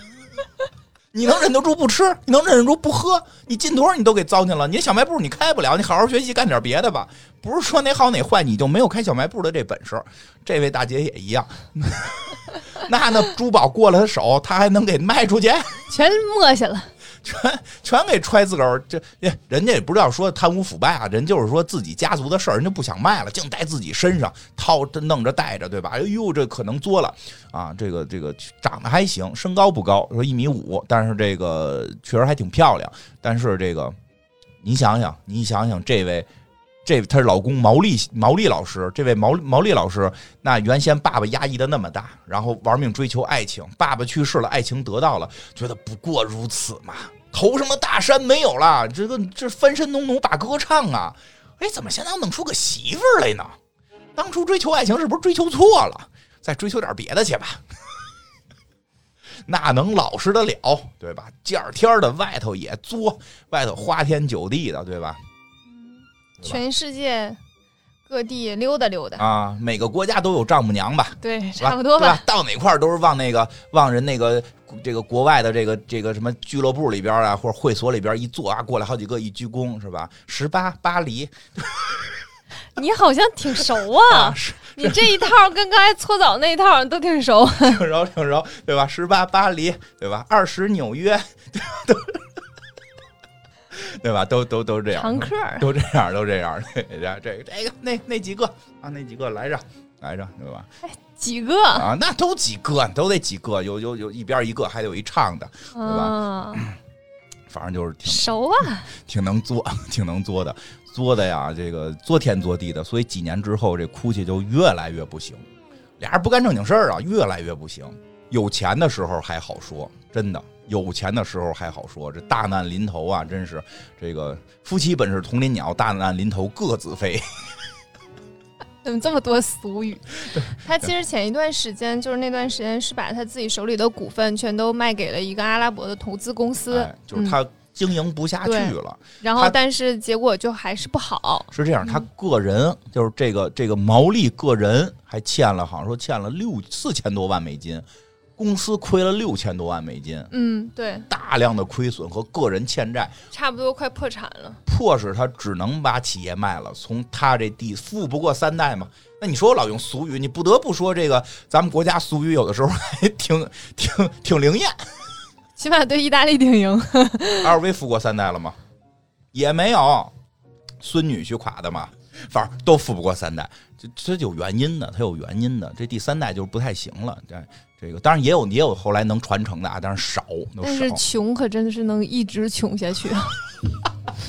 你能忍得住不吃，你能忍得住不喝，你进多少你都给糟践了。你这小卖部你开不了，你好好学习干点别的吧。不是说哪好哪坏，你就没有开小卖部的这本事。这位大姐也一样，那那珠宝过了他手，他还能给卖出去，全磨下了。 全全给揣自个儿。这哎人家也不知道说贪污腐败啊，人就是说自己家族的事儿，人就不想卖了，净带自己身上掏着弄着带着，对吧？哎呦，这可能作了啊！这个这个长得还行，身高不高，说一米五，但是这个确实还挺漂亮。但是这个你想想，你想想这位。这她是老公毛利毛利老师，这位毛毛利老师，那原先爸爸压抑的那么大，然后玩命追求爱情，爸爸去世了，爱情得到了，觉得不过如此嘛，头上的大山没有了，这个这翻身农奴把歌唱啊，哎，怎么现在要弄出个媳妇儿来呢？当初追求爱情是不是追求错了？再追求点别的去吧。 那能老实得了，对吧？第二天儿的外头也作，外头花天酒地的，对吧？对吧全世界各地溜达溜达，啊，每个国家都有丈母娘吧，对，是吧差不多对吧。吧？到哪块儿都是往那个往人那个这个国外的这个这个什么俱乐部里边啊，或者会所里边一坐啊，过来好几个一鞠躬是吧？十八巴黎你好像挺熟 啊，是你这一套跟刚才搓澡那一套都挺 熟。挺柔挺柔，对吧？十八巴黎对吧？二十纽约，对吧？都对吧？都都都这样，常客儿都这样，都这样， 这这个这个那那几个啊，那几个来着来着，对吧？几个？啊，那都几个，都得几个，有有有一边一个，还得有一唱的，吧啊，反正就是挺熟啊，挺能作， 挺能作的，作的呀，这个作天作地的，所以几年之后，这哭泣就越来越不行，俩人不干正经事儿啊，越来越不行。有钱的时候还好说，真的，有钱的时候还好说，这大难临头啊，真是这个夫妻本是同林鸟，大难临头各自飞。怎么这么多俗语？他其实前一段时间，就是那段时间是把他自己手里的股份全都卖给了一个阿拉伯的投资公司，哎，就是他经营不下去了，然他哦后但是结果就还是不好。是这样，他个人就是这个这个毛利个人还欠了，好像说欠了六四千多万美金，公司亏了六千多万美金，嗯，对，大量的亏损和个人欠债，差不多快破产了。迫使他只能把企业卖了。从他这地富不过三代嘛，那你说我老用俗语，你不得不说这个咱们国家俗语有的时候还 挺挺挺灵验。起码对意大利 顶哦赢，二位富过三代了吗？也没有，孙女婿垮的嘛，反正都富不过三代，这这有原因的，它有原因的。这第三代就是不太行了，这这个当然也有也有后来能传承的啊，但是少，都但少是。穷可真的是能一直穷下去，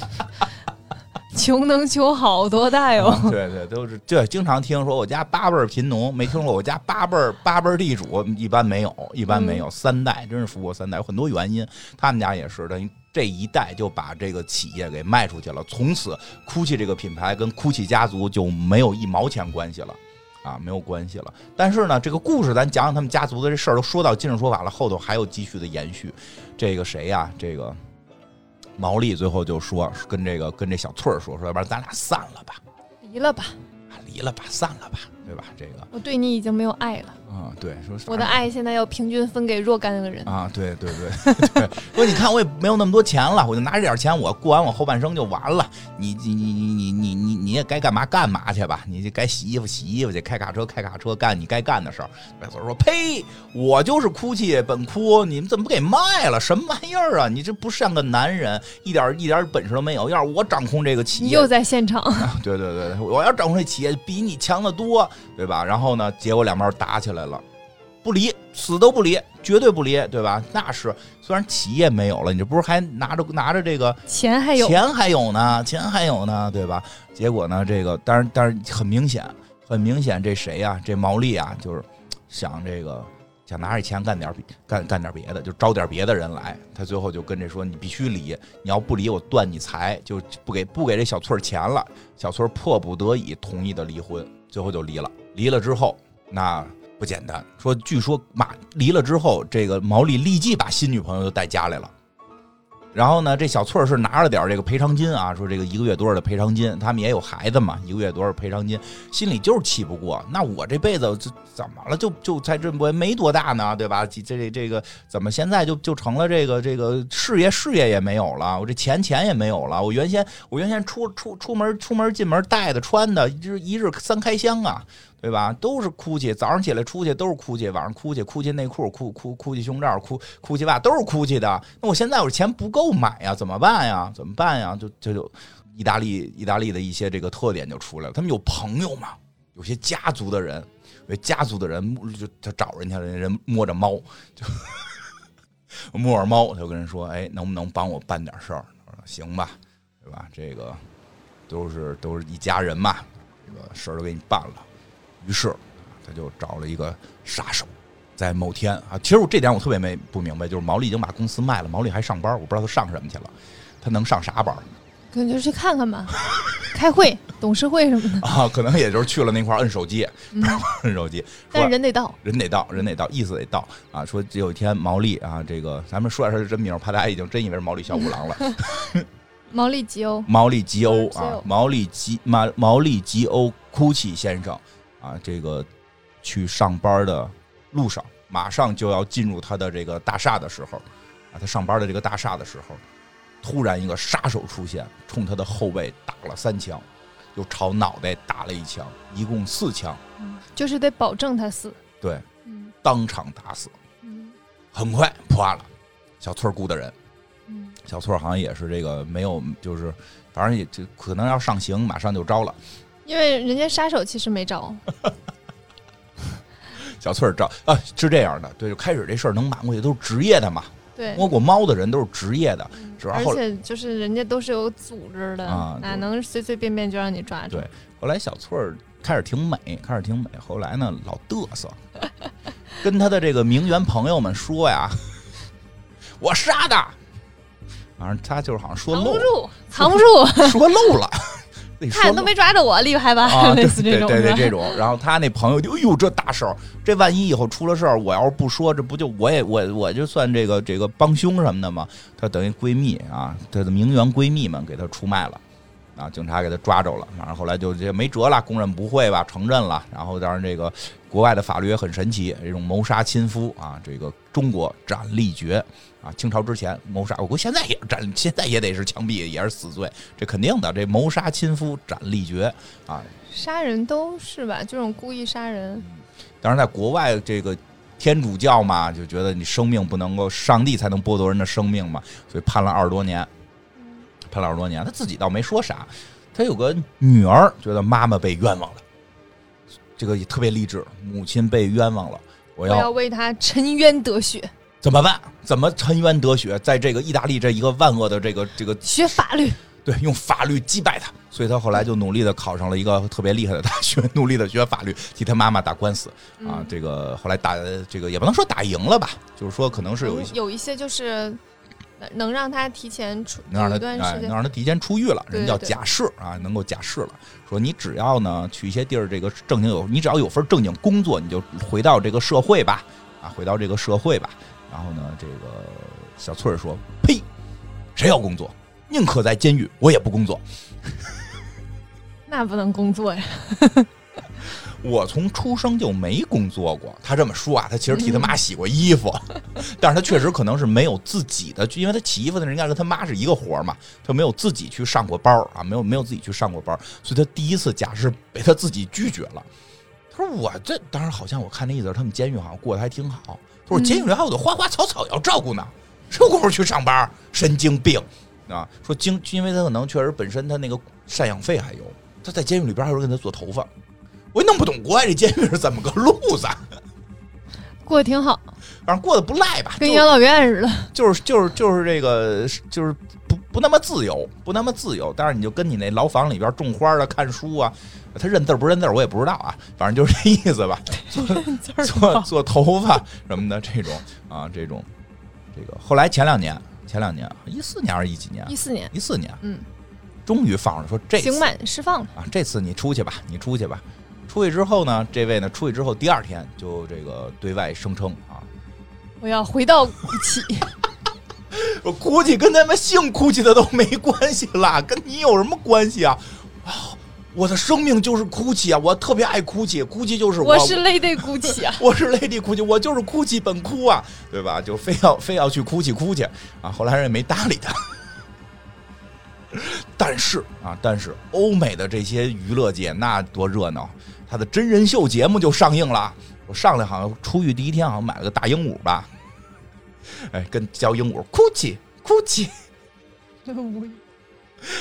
穷能穷好多代哦。嗯对对，都是对，经常听说我家八辈儿贫农，没听说我家八辈儿八辈儿地主，一般没有，一般没有，三代真是富过三代，有很多原因。他们家也是，等于这一代就把这个企业给卖出去了，从此 GUCCI 这个品牌跟 GUCCI 家族就没有一毛钱关系了。啊，没有关系了。但是呢，这个故事咱讲讲他们家族的这事儿，都说到今日说法了，后头还有继续的延续。这个谁呀、这个毛利最后就说跟这个跟这小翠儿说说，要不然咱俩散了吧，离了吧，啊离了吧，散了吧，对吧？这个，我对你已经没有爱了，嗯，对，说我的爱现在要平均分给若干个人。啊，对对 对对，说你看我也没有那么多钱了，我就拿这点钱，我过完我后半生就完了。你你你你你你你你也该干嘛干嘛去吧，你就该洗衣服洗衣服去，开卡车开卡车，干你该干的事儿。白所说：“呸，我就是哭泣本哭，你们怎么给卖了？什么玩意儿啊？你这不像个男人，一点一点本事都没有。要是我掌控这个企你业，又在现场， 对对对，对我要掌控这企业比你强得多，对吧？然后呢，结果两边打起来了，不离，死都不离，绝对不离，对吧？那是虽然企业没有了，你这不是还拿着拿着这个钱还有，钱还有呢，钱还有呢，对吧？结果呢，这个当然当然很明显，很明显，这谁呀、这毛利啊，就是想这个想拿着钱干点别干干点别的，就招点别的人来。他最后就跟这说，你必须离，你要不离，我断你财，就不给不给这小翠儿钱了。小翠儿迫不得已同意的离婚，最后就离了。离了之后，那。不简单，说据说马离了之后，这个毛利立即把新女朋友就带家来了。然后呢，这小翠儿是拿了点儿这个赔偿金啊，说这个一个月多少的赔偿金，他们也有孩子嘛，一个月多少赔偿金，心里就是气不过。那我这辈子这怎么了？就就在这我也没多大呢，对吧？ 这这这个怎么现在就就成了这个这个事业事业也没有了，我这钱钱也没有了。我原先我原先出出出门出门进门带的穿的，一日一日三开箱啊。对吧？都是哭泣，早上起来出去都是哭泣，晚上哭泣，哭泣内裤，哭哭哭泣胸罩，哭哭泣袜，都是哭泣的。那我现在我钱不够买呀，怎么办呀？怎么办呀？就这就意大利意大利的一些这个特点就出来了。他们有朋友嘛，有些家族的人，有些家族的人就他找人家，人家人摸着猫，就 摸着猫，他就跟人说：“哎，能不能帮我办点事儿？”我说：“行吧，对吧？这个都是都是一家人嘛，这个事儿都给你办了。”于是他就找了一个杀手，在某天啊，其实我这点我特别没不明白，就是毛利已经把公司卖了，毛利还上班，我不知道他上什么去了，他能上啥班可能就去看看吧，开会、董事会什么的。 啊？可能也就是去了那块儿摁手机，嗯 摁手机，说但人得到，人得到，人得到，意思得到啊！说有一天毛利啊，这个咱们说一下他真名，怕大家已经真以为是毛利小五郎了。毛利吉欧毛利吉欧嗯吉啊欧，毛利吉毛毛利吉欧哭泣先生啊，这个去上班的路上，马上就要进入他的这个大厦的时候，啊，他上班的这个大厦的时候，突然一个杀手出现，冲他的后背打了三枪，又朝脑袋打了一枪，一共四枪，就是得保证他死。对，嗯当场打死。嗯很快破案了，小翠儿雇的人。嗯，小翠儿好像也是这个没有，就是反正也就可能要上刑，马上就招了。因为人家杀手其实没 招，小翠儿找啊，是这样的，对，就开始这事儿能瞒过去，都是职业的嘛，对，摸过猫的人都是职业的，嗯主要而后来且就是人家都是有组织的，啊哪对能随随便便就让你抓住对？后来小翠儿开始挺美，开始挺美，后来呢老嘚 瑟，跟他的这个名媛朋友们说呀，我杀的，反正他就是好像说藏不漏住，藏不住，了，说漏 了，得说看漏都没抓着我，厉害吧？啊，类对似这种对对的对。这种。然后他那朋友就，哎呦，这大事儿，这万一以后出了事儿，我要是不说，这不就我也我我就算这个这个帮凶什么的嘛。她等于闺蜜啊，她的名媛闺蜜们给她出卖了。啊！警察给她抓着了，反正后来就这没辙了，供认不讳吧，承认了。然后当然这个国外的法律也很神奇，这种谋杀亲夫啊，这个中国斩立决啊，清朝之前谋杀，我估计现在也是斩，现在也得是枪毙，也是死罪，这肯定的。这谋杀亲夫斩立决啊，杀人都是吧，这种故意杀人，当然，在国外这个天主教嘛，就觉得你生命不能够，上帝才能剥夺人的生命嘛，所以判了二十多年，嗯判了二十多年，他自己倒没说啥，他有个女儿觉得妈妈被冤枉了，这个也特别励志，母亲被冤枉了，我我要要为他沉冤得雪，怎么办？怎么沉冤得雪？在这个意大利这一个万恶的这个这个学法律。对，用法律击败他，所以他后来就努力的考上了一个特别厉害的大学，努力的学法律，替他妈妈打官司啊嗯。这个后来打这个也不能说打赢了吧，就是说可能是有一嗯些有一些就是呃能让他提前出能让有一他段哎时能间，让他提前出狱了，对人叫对假释啊，能够假释了。说你只要呢去一些地儿，这个正经有，你只要有份正经工作，你就回到这个社会吧，啊，回到这个社会吧。然后呢，这个小翠儿说：“呸，谁要工作？宁可在监狱，我也不工作。那不能工作呀，我从出生就没工作过。他这么说啊，他其实替他妈洗过衣服，但是他确实可能是没有自己的，因为他洗衣服的人应该跟他妈是一个活儿嘛，他没有自己去上过班儿啊，没有没有自己去上过班儿，所以他第一次假释被他自己拒绝了。他说我这当然好像我看那意思，他们监狱好像过得还挺好。他说监狱里还有的花花草草要照顾呢，谁有功夫去上班儿？神经病啊！说经，因为他可能确实本身他那个赡养费还有，他在监狱里边还有人给他做头发。我也弄不懂国外这监狱是怎么个路子，啊过得挺好，反正过得不赖吧，跟养老院 似的。就是就是就是这个就是不不那么自由，不那么自由。但是你就跟你那牢房里边种花的、看书啊，他认字儿不认字儿我也不知道啊，反正就是这意 思吧。字儿做高做头发什么的这种啊，这种这个。后来前两年，前两年一四年还是一几年？啊一四年，一四年，嗯，终于放了，说这刑次满释放了，啊，这次你出去吧，你出去吧。出去之后呢，这位呢，出去之后第二天就这个对外声称啊，我要回到国 企。我估计跟他们姓哭泣的都没关系啦， 跟你有什么关系啊？啊、我的生命就是哭泣啊，我特别爱哭泣，哭泣就是我是 Lady Gucci 啊， 我是 Lady 哭泣，我就是哭泣本哭啊，对吧？就非要非要去哭泣哭泣啊，后来人也没搭理他。但是啊，但是欧美的这些娱乐界那多热闹，他的真人秀节目就上映了。我上来好像出狱第一天，好像买了个大鹦鹉吧，哎，跟叫鹦鹉哭泣哭泣，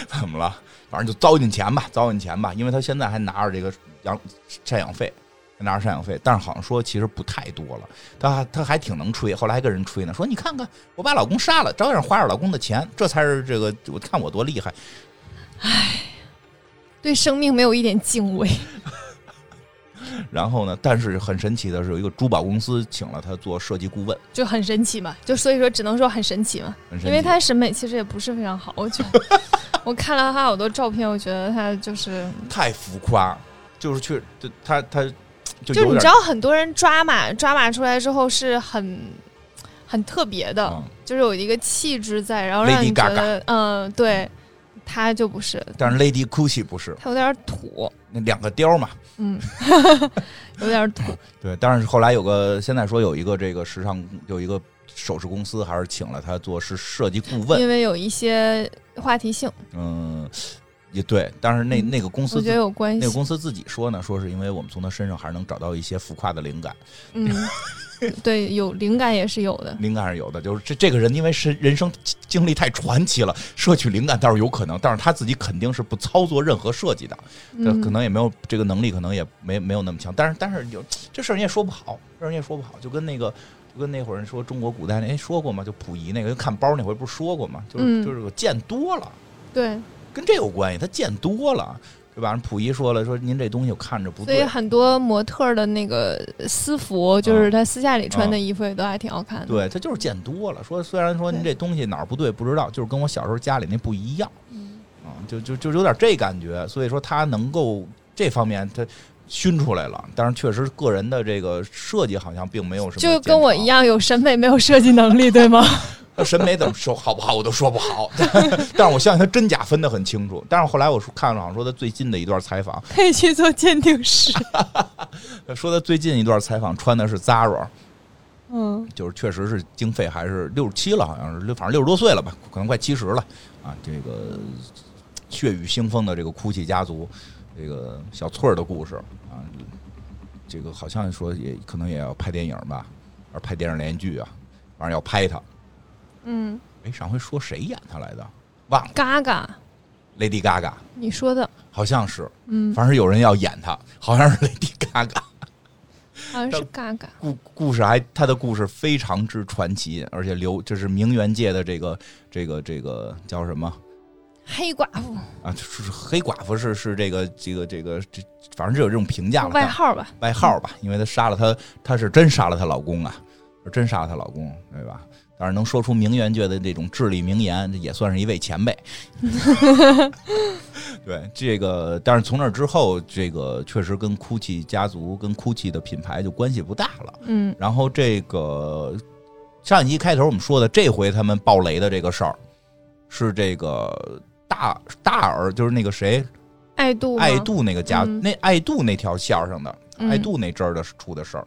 怎么了？反正就糟践钱吧，糟践钱吧，因为他现在还拿着这个养赡养费，还拿着赡养费，但是好像说其实不太多了。他他还挺能吹，后来还跟人吹呢，说你看看，我把老公杀了，照样花着老公的钱，这才是这个，我看我多厉害。对生命没有一点敬畏。然后呢，但是很神奇的是，有一个珠宝公司请了他做设计顾问，就很神奇嘛，就所以说只能说很神奇嘛，很神奇因为他审美其实也不是非常好，我觉得。 我看了他好多照片，我觉得他就是，太浮夸，就是去就他他就就你有点知道，很多人抓马抓马出来之后是很很特别的，嗯就是有一个气质在，然后让你 Lady 觉 Gaga 得，嗯，对，他就不是，但是 Lady Gucci 不是他有点土，那两个貂嘛， 嗯，有点土，对，但是后来有个现在说有一个这个时尚有一个首饰公司还是请了他做是设计顾问，因为有一些话题性，嗯，也对，但是那嗯那个公我司觉得自有关那个系，公司自己说呢，说是因为我们从他身上还是能找到一些浮夸的灵感，嗯，对，有灵感也是有的，灵感是有的，就是这这个人因为是人生经经历太传奇了，摄取灵感倒是有可能，但是他自己肯定是不操作任何设计的，这嗯呃可能也没有这个能力，可能也没没有那么强。但是但是有这事儿你也说不好，这事儿你也说不好，就跟那个就跟那会儿人说中国古代那哎说过吗？就溥仪那个就看包那回不是说过吗？就是、嗯就是我见多了，对。跟这有关系，他见多了。对吧？人溥仪说了，说您这东西我看着不所以对，很多模特儿的那个私服，就是他私下里穿的衣服，也都还挺好看的。啊对他就是见多了。说虽然说您对这东西哪儿不对不知道，就是跟我小时候家里那不一样嗯，啊、就就就有点这感觉。所以说他能够这方面他熏出来了，但是确实个人的这个设计好像并没有什么，就跟我一。样有审美没有设计能力，对 吗？他审美怎么说好不好，我都说不好。 但是我相信他真假分得很清楚。但是后来我说看了，好像说他最近的一段采访，呃可以去做鉴定师。说他最近一段采访穿的是 Zara，嗯，就是确实是经费还是六十七了，好像是六，反正六十多岁了吧，可能快七十了啊。这个血雨腥风的这个哭泣家族，这个小翠儿的故事啊，这个好像说也可能也要拍电影吧，还是拍电视连续剧啊，反正要拍他。嗯，哎，上回说谁演他来的？忘了嘎嘎， ，Lady Gaga。你说的，好像是，嗯，反正有人要演他，好像是 Lady Gaga。好像是嘎嘎。故故事还他的故事非常之传奇，而且留这是名媛界的这个这个这个叫什么黑寡妇啊？就是是黑寡妇是是这个这个这个这，反正就有这种评价了，外号吧，外号吧，因为她杀了她，她是真杀了她老公啊，是真杀了她老公，对吧？但是能说出名媛界的这种至理名言，这也算是一位前 辈。对这个，但是从那之后，这个确实跟 GUCCI 家族、跟 GUCCI 的品牌就关系不大了。嗯，然后这个上一集开头我们说的，这回他们爆雷的这个事儿，是这个大大耳，就是那个谁爱度吗爱度那个家，嗯那爱度那条线儿上的、嗯爱度那阵儿的出的事儿，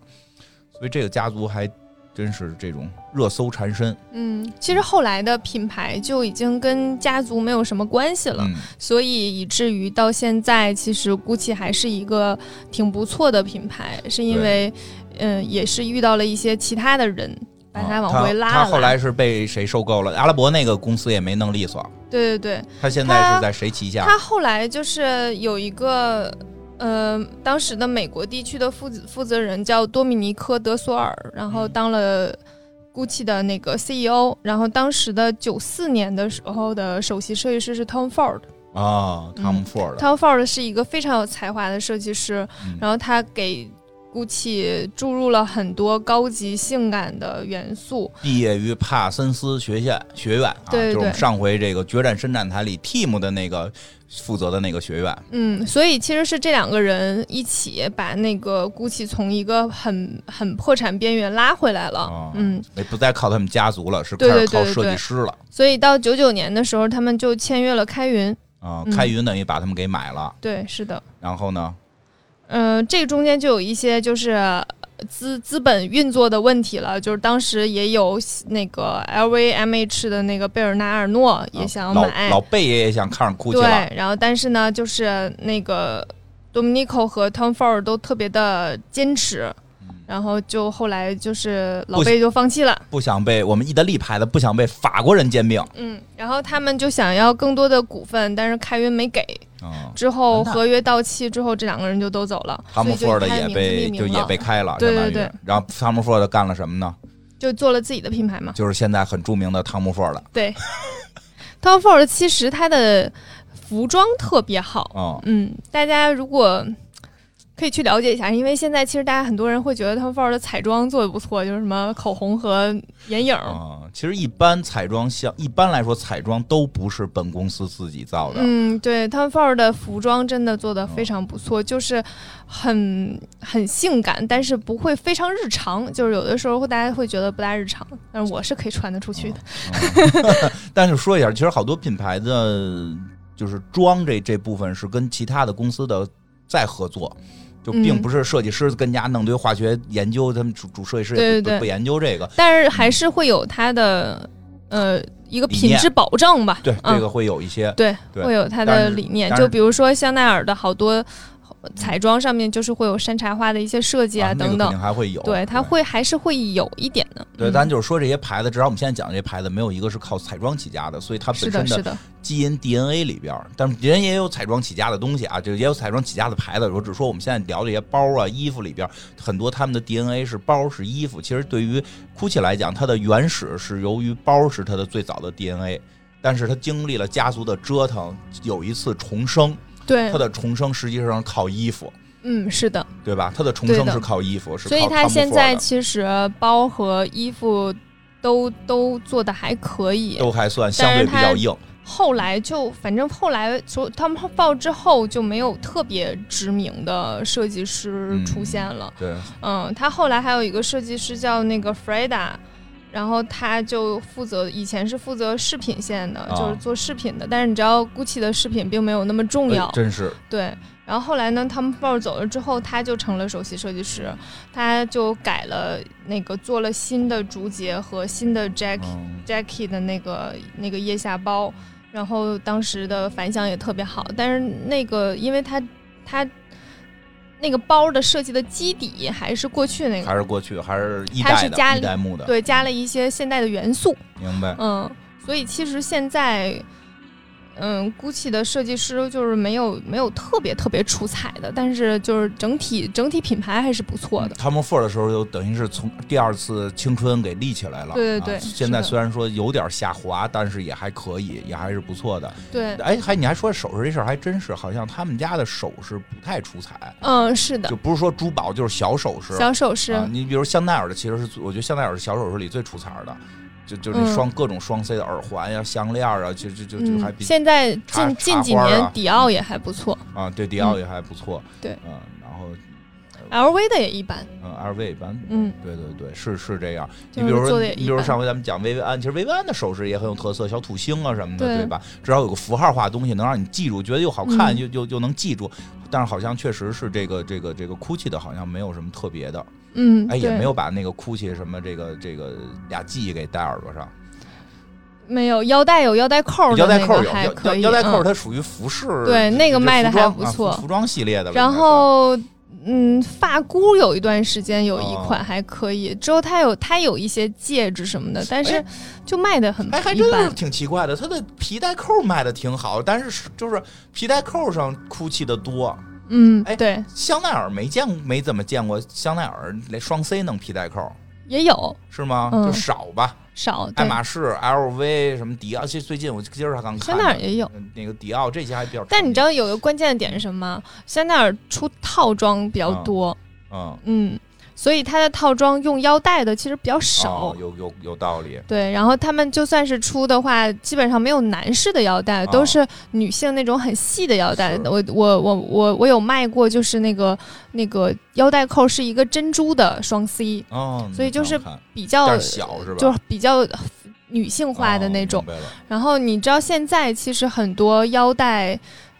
所以这个家族还真是这种热搜缠身。嗯，其实后来的品牌就已经跟家族没有什么关系了，嗯，所以以至于到现在，其实 GUCCI 还是一个挺不错的品牌，是因对为，嗯，也是遇到了一些其他的人把它啊往回拉了他。拉。他后来是被谁收购了？阿拉伯那个公司也没弄利索，对对对，他现在他是在谁旗下？他后来就是有一个。呃，当时的美国地区的负责负责人叫多米尼科·德索尔，然后当了 GUCCI 的那个 CEO，然后当时的九四年的时候的首席设计师是 Tom Ford，啊，汤姆嗯· Ford， Tom Ford 是一个非常有才华的设计师，嗯然后他给 GUCCI 注入了很多高级性感的元素。毕业于帕森斯学院学院啊，对就是我们对上回这个决战伸展台里 Team 的那个负责的那个学院，嗯，所以其实是这两个人一起把那个 GUCCI 从一个很很破产边缘拉回来了。哦嗯，也不再靠他们家族了，是开对始对靠对对设计对师了所以到九九年的时候，他们就签约了开云。啊。嗯开云等于把他们给买了，对，是的。然后呢，啊嗯、这个中间就有一些就是呃资资本运作的问题了，就是当时也有那个 LVMH 的那个贝尔纳尔诺也想啊老买，老贝爷也想看上 GUCCI 了，对，然后但是呢，就是那个 Dominico 和 Tom Ford 都特别的坚持，嗯然后就后来就是老不贝就放弃了，不想被我们意大利牌子不想被法国人兼并嗯，然后他们就想要更多的股份，但是开云没给，啊。之后完蛋合约到期之后，这两个人就都走了，汤姆·所以就 Ford 以他的也名字被命名就也了被开了，对相当对于对。然后汤姆·Ford 干了什么呢？就做了自己的品牌 嘛，就是现在很著名的汤姆·福尔的，对，Tom Ford 其实他的服装特别好，嗯，嗯，大家如果可以去了解一下，因为现在其实大家很多人会觉得 Tom Ford 的彩妆做的不错，就是什么口红和眼影儿。啊，其实一般彩妆像一般来说，彩妆都不是本公司自己造的，嗯，对，Tom Ford 的服装真的做的非常不错，就是很很性感，但是不会非常日常，就是有的时候会大家会觉得不大日常，但是我是可以穿得出去的。哦但是说一下，其实好多品牌的就是妆这这部分是跟其他的公司的在合作。就并嗯不是设计师跟家弄堆化学研究，他们主主设计师也不对对对不不研究这个。但是还是会有它的呃一个理品念质保障吧，对，嗯这个会有一些对，对会有它当的然理念。当就然比如说香奈儿的好多彩妆上面，就是会有山茶花的一些设计啊，等那个肯等。定还会有。对，它会还是会有一点的。对，嗯咱就是说这些牌子，至少我们现在讲的这些牌子，没有一个是靠彩妆起家的，所以它是本的，身是的，基因 DNA 里边儿，但是人也有彩妆起家的东西啊，就也有彩妆起家的牌子。我只说我们现在聊这些包啊、衣服里边儿，很多他们的 DNA 是包是衣服。其实对于 GUCCI 来讲，它的原始是由于包是它的最早的 DNA，但是它经历了家族的折腾，有一次重生，对它，的重生实际上靠衣服，嗯，是的。对吧？它的重生对的是靠衣服，是靠所以它 Tom 现在 Ford 的其实包和衣服都都做的还可以。都还算相对比较硬，后来就反正后来说他们爆之后就没有特别知名的设计师嗯出现了。对，嗯，他后来还有一个设计师叫那个 Freda，然后他就负责以前是负责饰品线的，啊就是做饰品的。但是你知道 GUCCI 的饰品并没有那么重要哎，真是对。然后后来呢，他们 Ford 走了之后，他就成了首席设计师，他就改了那个做了新的竹节和新的 Jack、嗯。 Jackie 的那个那个腋下包，然后当时的反响也特别好。但是那个，因为它它那个包的设计的基底还是过去那个，还是过去，还是一它代是的家里一代目的，对，加了一些现代的元素，明白？嗯，所以其实现在。嗯，GUCCI 的设计师就是没有没有特别特别出彩的，但是就是整体整体品牌还是不错的。嗯他们 Ford 的时候，就等于是从第二次青春给立起来了。对对对啊是的现在虽然说有点下滑，但是也还可以，也还是不错的。对，哎，还你还说首饰这事儿，还真是，好像他们家的首饰不太出彩，嗯，是的就，不是说珠宝，就是小首饰。小首饰，啊，你比如香奈儿的，其实是最我觉得香奈儿是小首饰里最出彩儿的，就就是那嗯双、各种双 C 的耳环呀、项链儿啊，就就就就还嗯，比、现在茶近近茶几花啊年迪奥也还不错。啊，对迪奥也还不错。嗯对嗯，然后 LV 的也一般，嗯，LV 一般，嗯，对对对，是是这样。你就比如是做说，的也你比一如般。上回咱们讲薇薇安，其实薇薇安的首饰也很有特色，小土星啊什么的，对对吧？至少有个符号化的东西能让你记住，觉得又好看，嗯又又又能记住。但是好像确实是这个这个这个 GUCCI 的，好像没有什么特别的，嗯，哎，也对没有把那个 GUCCI 什么这个这个俩系给戴耳朵上，没有腰带有腰带扣儿的腰带那扣个有，还腰可腰以，腰带扣嗯它属于服饰，对那个就卖的服还装不啊服错服装系列的吧。然应该算后，嗯，发箍有一段时间有一哦款还可以，之后它有它有一些戒指什么的，但是哎就卖的很哎，还一真是般。挺奇怪的，它的皮带扣卖的挺好，但是是就是皮带扣上 GUCCI 的多。嗯哎，对，香奈儿没见没怎么见过香奈儿连双 C 弄皮带扣也有是吗？嗯就少吧。少爱对，马仕、LV 什么迪奥，其实最近我今儿还刚看香奈儿也有。嗯那个迪奥这些还比较常见。但你知道有个关键的点是什么吗？香奈儿出套装比较嗯多，嗯嗯，所以它的套装用腰带的其实比较少。哦有有有道理。对，然后他们就算是出的话，基本上没有男士的腰带，哦都是女性那种很细的腰带是。我我我我我有卖过，就是那个那个腰带扣是一个珍珠的双 C，哦，所以就是那挺好看比较但是小是吧？就是比较女性化的那种哦。明白了然后你知道现在其实很多腰带，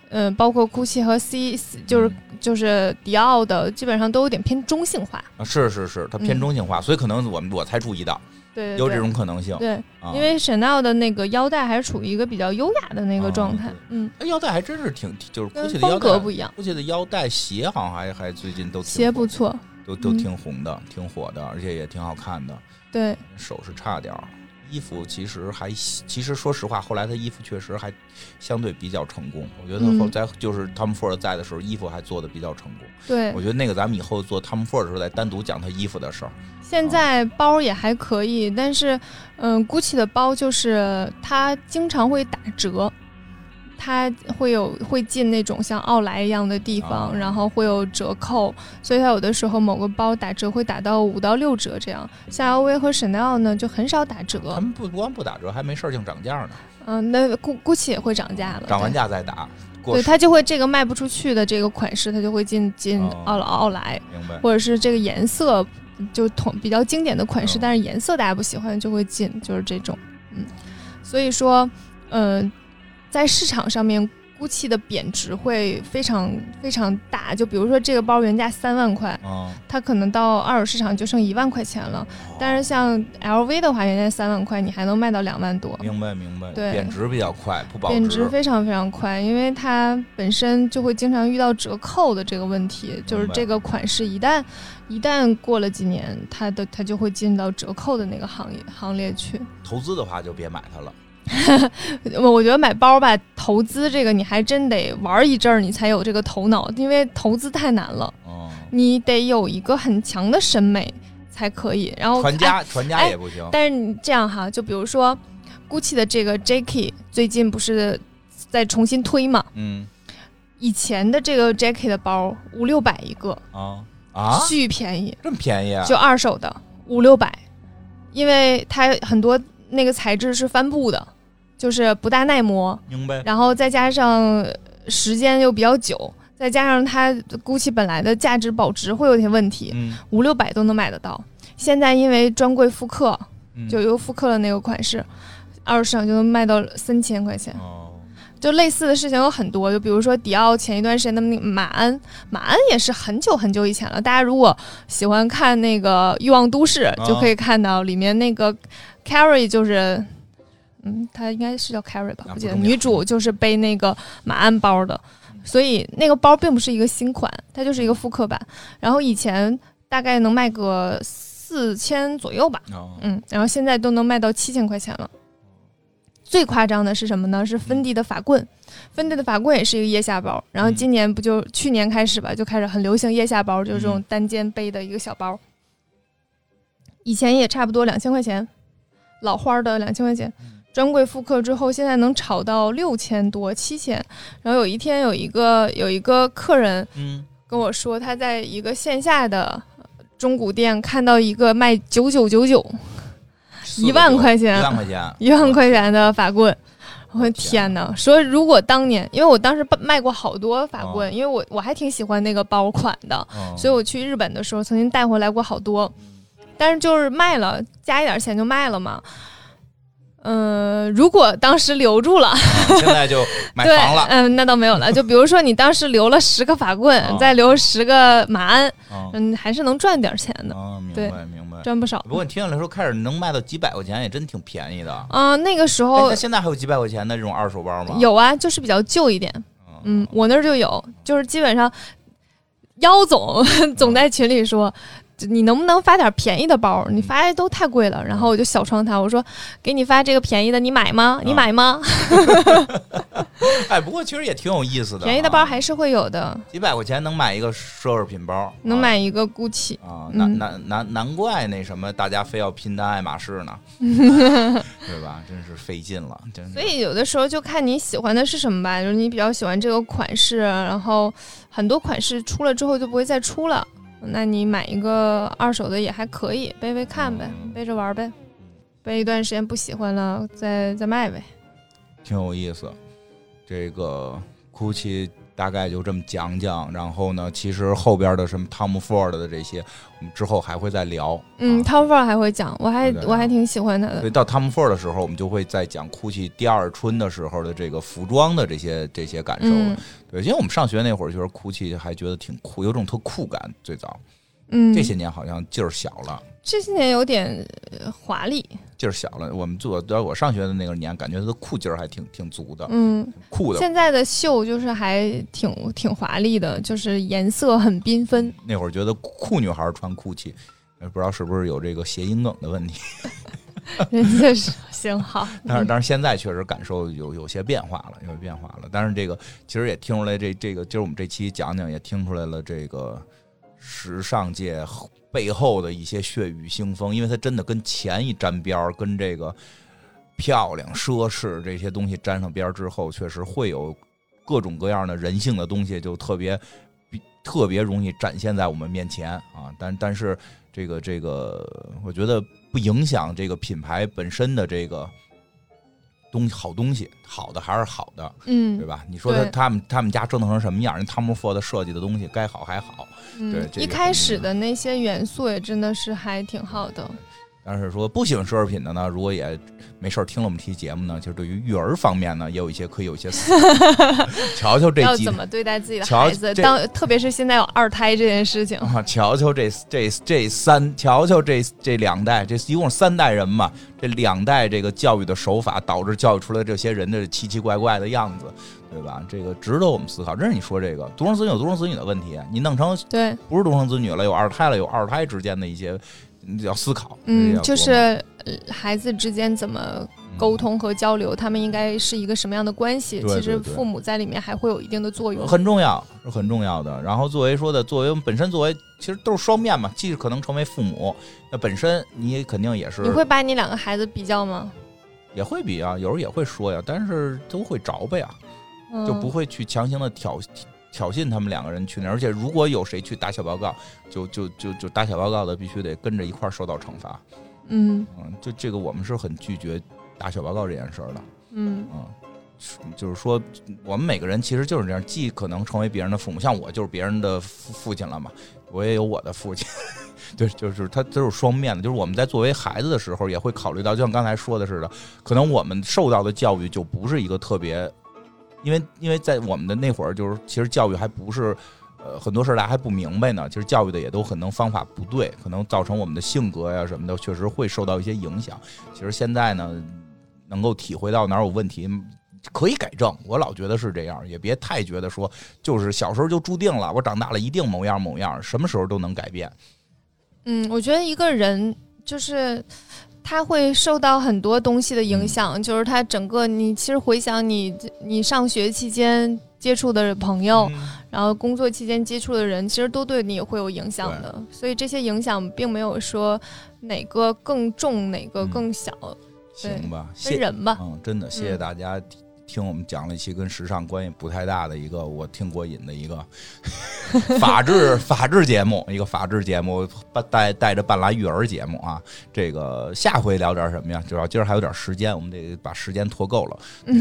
嗯、包括 GUCCI 和 C，就是、嗯就是迪奥的，基本上都有点偏中性化。啊是是是，它偏嗯中性化，所以可能我们我才注意到对对对，有这种可能性。对，啊因为 Chanel 的那个腰带还是处于一个比较优雅的那个哦状态对，嗯。哎腰带还真是挺，就是跟 GUCCI 的腰风格带不一样， ，GUCCI 的腰带鞋好像还还最近都挺鞋火不错，都都嗯挺红的，挺火的，而且也挺好看的。对，首饰差点儿，衣服其实还其实说实话，后来他衣服确实还相对比较成功。我觉得他后嗯在就是汤姆· m f 在的时候，衣服还做的比较成功。对我，觉得那个咱们以后做汤姆· m f 的时候再单独讲他衣服的事儿。现在包也还可以，但是，嗯，GUCCI 的包就是它经常会打折，它会有会进那种像奥莱一样的地方，啊然后会有折扣，所以它有的时候某个包打折会打到五到六折这样。像 LV 和 Chanel 呢就很少打他折，们不不光不打折，还没事儿净涨价呢，嗯，那 GU GUCCI 也会涨价了，涨完对价再打。过对，它就会这个卖不出去的这个款式，它就会进进哦奥奥莱，明白。或者是这个颜色就统比较经典的款式，嗯但是颜色大家不喜欢就会进，就是这种，嗯，所以说，嗯、在市场上面，GUCCI 的贬值会非常非常大。就比如说这个包原价三万块，嗯，它可能到二手市场就剩一万块钱了，但是像 LV 的话，原价三万块，你还能卖到两万多。明白明白，对贬值比较快，不保贬值值。非常非常快，因为它本身就会经常遇到折扣的这个问题，就是这个款式一旦一旦过了几年，它的它就会进到折扣的那个行业行列去。投资的话就别买它了。我我觉得买包吧，投资这个你还真得玩一阵儿，你才有这个头脑，因为投资太难了，嗯，你得有一个很强的审美才可以。然后传哎家传家哎也不行。但是你这样哈，就比如说 GUCCI 的这个 Jacky 最近不是在重新推嘛？嗯以前的这个 Jacky 的包五六百一个，啊啊，巨便宜，这么便宜啊？就二手的五六百，因为它很多那个材质是帆布的，就是不大耐 磨，明白。然后再加上呃时间又比较久，再加上它 GUCCI 本来的价值保值会有些问题，嗯，五六百都能买得到。现在因为专柜复刻，嗯就又复刻了那个款式，二手市场就能卖到三千块钱。哦，就类似的事情有很多，就比如说迪奥前一段时间的那个马鞍，马鞍也是很久很久以前了。大家如果喜欢看那个《欲望都市》，啊就可以看到里面那个 Carrie 就是，嗯，她应该是叫 Carrie 吧啊，我记得不重要女主就是背那个马鞍包的，所以那个包并不是一个新款，它就是一个复刻版。然后以前大概能卖个四千左右吧，哦，嗯，然后现在都能卖到七千块钱了。最夸张的是什么呢？是芬迪的法棍，芬迪的法棍也是一个腋下包。然后嗯今年不就去年开始吧，就开始很流行腋下包，就是这种嗯单肩背的一个小包。以前也差不多两千块钱，老花儿的两千块钱嗯，专柜复刻之后，现在能炒到六千多、七千。然后有一天有一个有一个客人嗯，跟我说，他在一个线下的中古店看到一个卖九九九九。四个一万多块一钱，万块钱，啊一万块钱的法棍，我天哪！说如果当年，因为我当时卖过好多哦法棍，因为我我还挺喜欢那个包款的，嗯所以我去日本的时候曾经带回来过好多，但是就是卖了，加一点钱就卖了嘛。嗯、如果当时留住了，啊现在就买对，房了，嗯、那倒没有了。就比如说你当时留了十个法棍，啊再留十个马鞍，嗯嗯，还是能赚点钱的，啊，明对白明白。赚不少不。过你听下来说，开始能卖到几百块钱，也真挺便宜的。啊、那个时哎候那现在还有几百块钱的这种二手包吗？，哦有啊，就是比较旧一点。嗯，我那儿就有，就是基本上，妖总 嗯总在群里说。你能不能发点便宜的包？嗯你发的都太贵了。然后我就小窗他，我说给你发这个便宜的，你买吗？嗯你买吗？哎，不过其实也挺有意思的啊。便宜的包还是会有的，几百块钱能买一个奢侈品包，能啊买一个 GUCCI。啊，嗯难难难难怪那什么，大家非要拼单爱马 仕呢，对吧？真是费劲了，真是。所以有的时候就看你喜欢的是什么吧，就是你比较喜欢这个款式，啊然后很多款式出了之后就不会再出了，那你买一个二手的也还可以，背背看呗，背着玩儿呗，背一段时间不喜欢了再再卖呗。挺有意思。这个 GUCCI 大概就这么讲讲，然后呢，其实后边的什么汤姆· m 尔 Ford 的这些，我们之后还会再聊。嗯啊，Tom Ford 还会讲，我还对的我还挺喜欢他的所以。到 Tom Ford 的时候，我们就会在讲 GUCCI 第二春的时候的这个服装的这些这些感受了。嗯对，因为我们上学那会儿，觉得 GUCCI 还觉得挺酷，有种特酷感。最早嗯，这些年好像劲儿小了。这些年有点呃华丽，劲儿小了。我们做在我上学的那个年，感觉他的酷劲儿还挺挺足的，嗯，酷的。现在的秀就是还挺挺华丽的，就是颜色很缤 纷。那会儿觉得酷女孩穿酷气，呃不知道是不是有这个谐音梗的问题，人家是行好， 但是但是现在确实感受有有些变化了，有些变化了。但是这个其实也听出来这，这个今儿我们这期讲讲也听出来了，这个时尚界背后的一些血雨腥风，因为它真的跟钱一沾边儿，跟这个漂亮、奢侈这些东西沾上边儿之后，确实会有各种各样的人性的东西，就特别比特别容易展现在我们面前啊。但但是这个这个，我觉得不影响这个品牌本身的这个。东西好东西，好的还是好的，嗯对，吧？你说他对他们他们家折腾成什么样？人汤姆·福特设计的东西该好还好，对嗯，这一个开肯始定的那些元素也真的是还挺好的。但是说不喜欢奢侈品的呢，如果也没事儿听了我们这期节目呢，就是对于育儿方面呢，也有一些可以有一些思 考。瞧瞧这要几怎么对待自己的瞧孩子，这当特别是现在有二胎这件事情，啊，瞧瞧这这这三，瞧瞧这这两代，这一共三代人嘛，这两代这个教育的手法，导致教育出来这些人的奇奇怪怪的样子，对吧？这个值得我们思考。真是你说这个独生子女有独生子女的问题，你弄成对，不是独生子女了，有二胎了，有二胎之间的一些嗯要思考，嗯要，琢就磨是呃孩子之间怎么沟通和交流，他们应该是一个什么样的关系？对对其实对父母在里面还会有一定的作用。很重要，是很重要的。然后作为说的，作为我们本身作为其实都是双面嘛，既可能成为父母，那本身你也肯定也是你会把你两个孩子比较吗？也会比啊，有时候也会说呀，但是都会着呗呀，啊嗯、就不会去强行的挑挑衅他们两个人去那儿。而且如果有谁去打小报告，就就就就打小报告的必须得跟着一块儿受到惩罚。嗯嗯，就这个我们是很拒绝打小报告这件事儿的。嗯嗯，是就是说，我们每个人其实就是这样，既可能成为别人的父母，像我就是别人的父父亲了嘛，我也有我的父亲。 对，就是他都是双面的，就是我们在作为孩子的时候，也会考虑到，就像刚才说的似的，可能我们受到的教育就不是一个特别，因为因为在我们的那会儿，就是其实教育还不是。呃，很多事儿大家还不明白呢，其实教育的也都可能方法不对，可能造成我们的性格呀什么的，确实会受到一些影响。其实现在呢，能够体会到哪儿有问题，可以改正。我老觉得是这样，也别太觉得说就是小时候就注定了，我长大了一定某样某样，什么时候都能改变。嗯，我觉得一个人就是。他会受到很多东西的影嗯响，就是他整个你其实回想你你上学期间接触的朋哦友，嗯然后工作期间接触的人，其实都对你会有影响的，所以这些影响并没有说哪个更重，哪个更小，行吧，分嗯谢，人吧。嗯，真的谢谢大家。听我们讲了一期跟时尚关系不太大的一个，我听过瘾的一个 法制 法制节目，一个法制节目，伴带带着半拉育儿节目啊。这个下回聊点什么呀？主要今儿还有点时间，我们得把时间拖够了。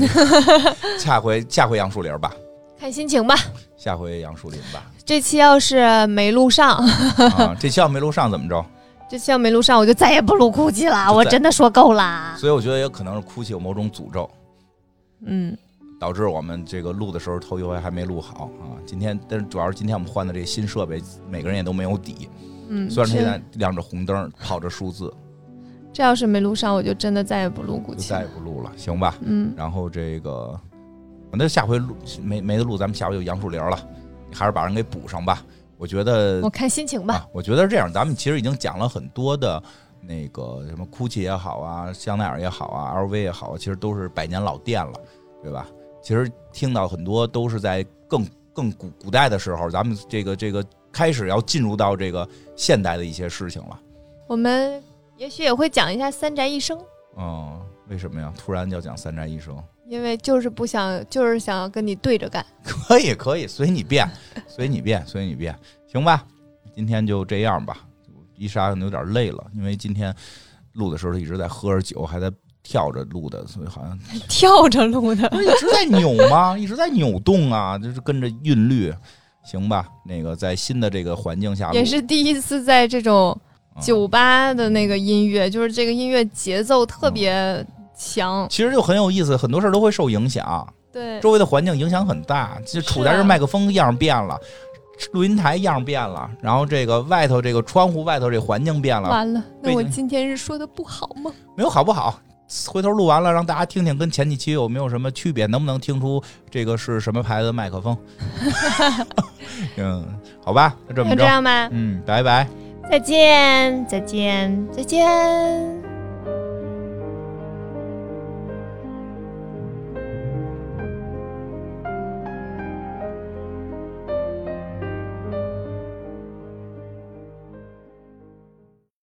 下回下回杨树林吧，看心情吧。下回杨树林吧。 这期要是没录上， 啊，这期要没录上怎么着？这期要没录上，我就再也不录哭泣了。就我再真的说够啦。所以我觉得也可能是哭泣有某种诅咒，嗯，导致我们这个录的时候头一回还没录好啊。今天，但是主要是今天我们换的这个新设备，每个人也都没有底。嗯，虽然现是在亮着红灯，跑着数字，这要是没录上，我就真的再也不录哭就泣再也了。不录了，行吧？嗯，然后这个，那下回录没没得录，咱们下回就杨树林了，还是把人给补上吧。我觉得我看心情吧。啊，我觉得是这样，咱们其实已经讲了很多的那个什么 GUCCI 也好啊，香奈儿也好啊，LV 也好，其实都是百年老店了，对吧？其实听到很多都是在更更古古代的时候，咱们这个这个开始要进入到这个现代的一些事情了。我们也许也会讲一下三宅一生，嗯，为什么呀？突然要讲三宅一生？因为就是不想，就是想要跟你对着干。可以，可以，随你便， 随你便，随你便，行吧？今天就这样吧。伊莎可能有点累了，因为今天录的时候她一直在喝着酒，还在跳着录的，所以好像 跳着录的不是一直在扭 吗？一直在扭动啊，就是跟着韵律，行吧？那个在新的这个环境下录也是第一次在这种嗯酒吧的那个音乐，就是这个音乐节奏特别强。其实就很有意思，很多事儿都会受影响。对，周围的环境影响很大，就是处在这儿麦克风样儿变了，录音台样儿变了，然后这个外头这个窗户外头这环境变了，完了，那背我景今天是说的不好吗？没有好不好？回头录完了，让大家听听跟前几期有没有什么区别，能不能听出这个是什么牌子的麦克风？嗯，好吧，那这么要这着，样吗？嗯，拜拜。再见，再见，再见。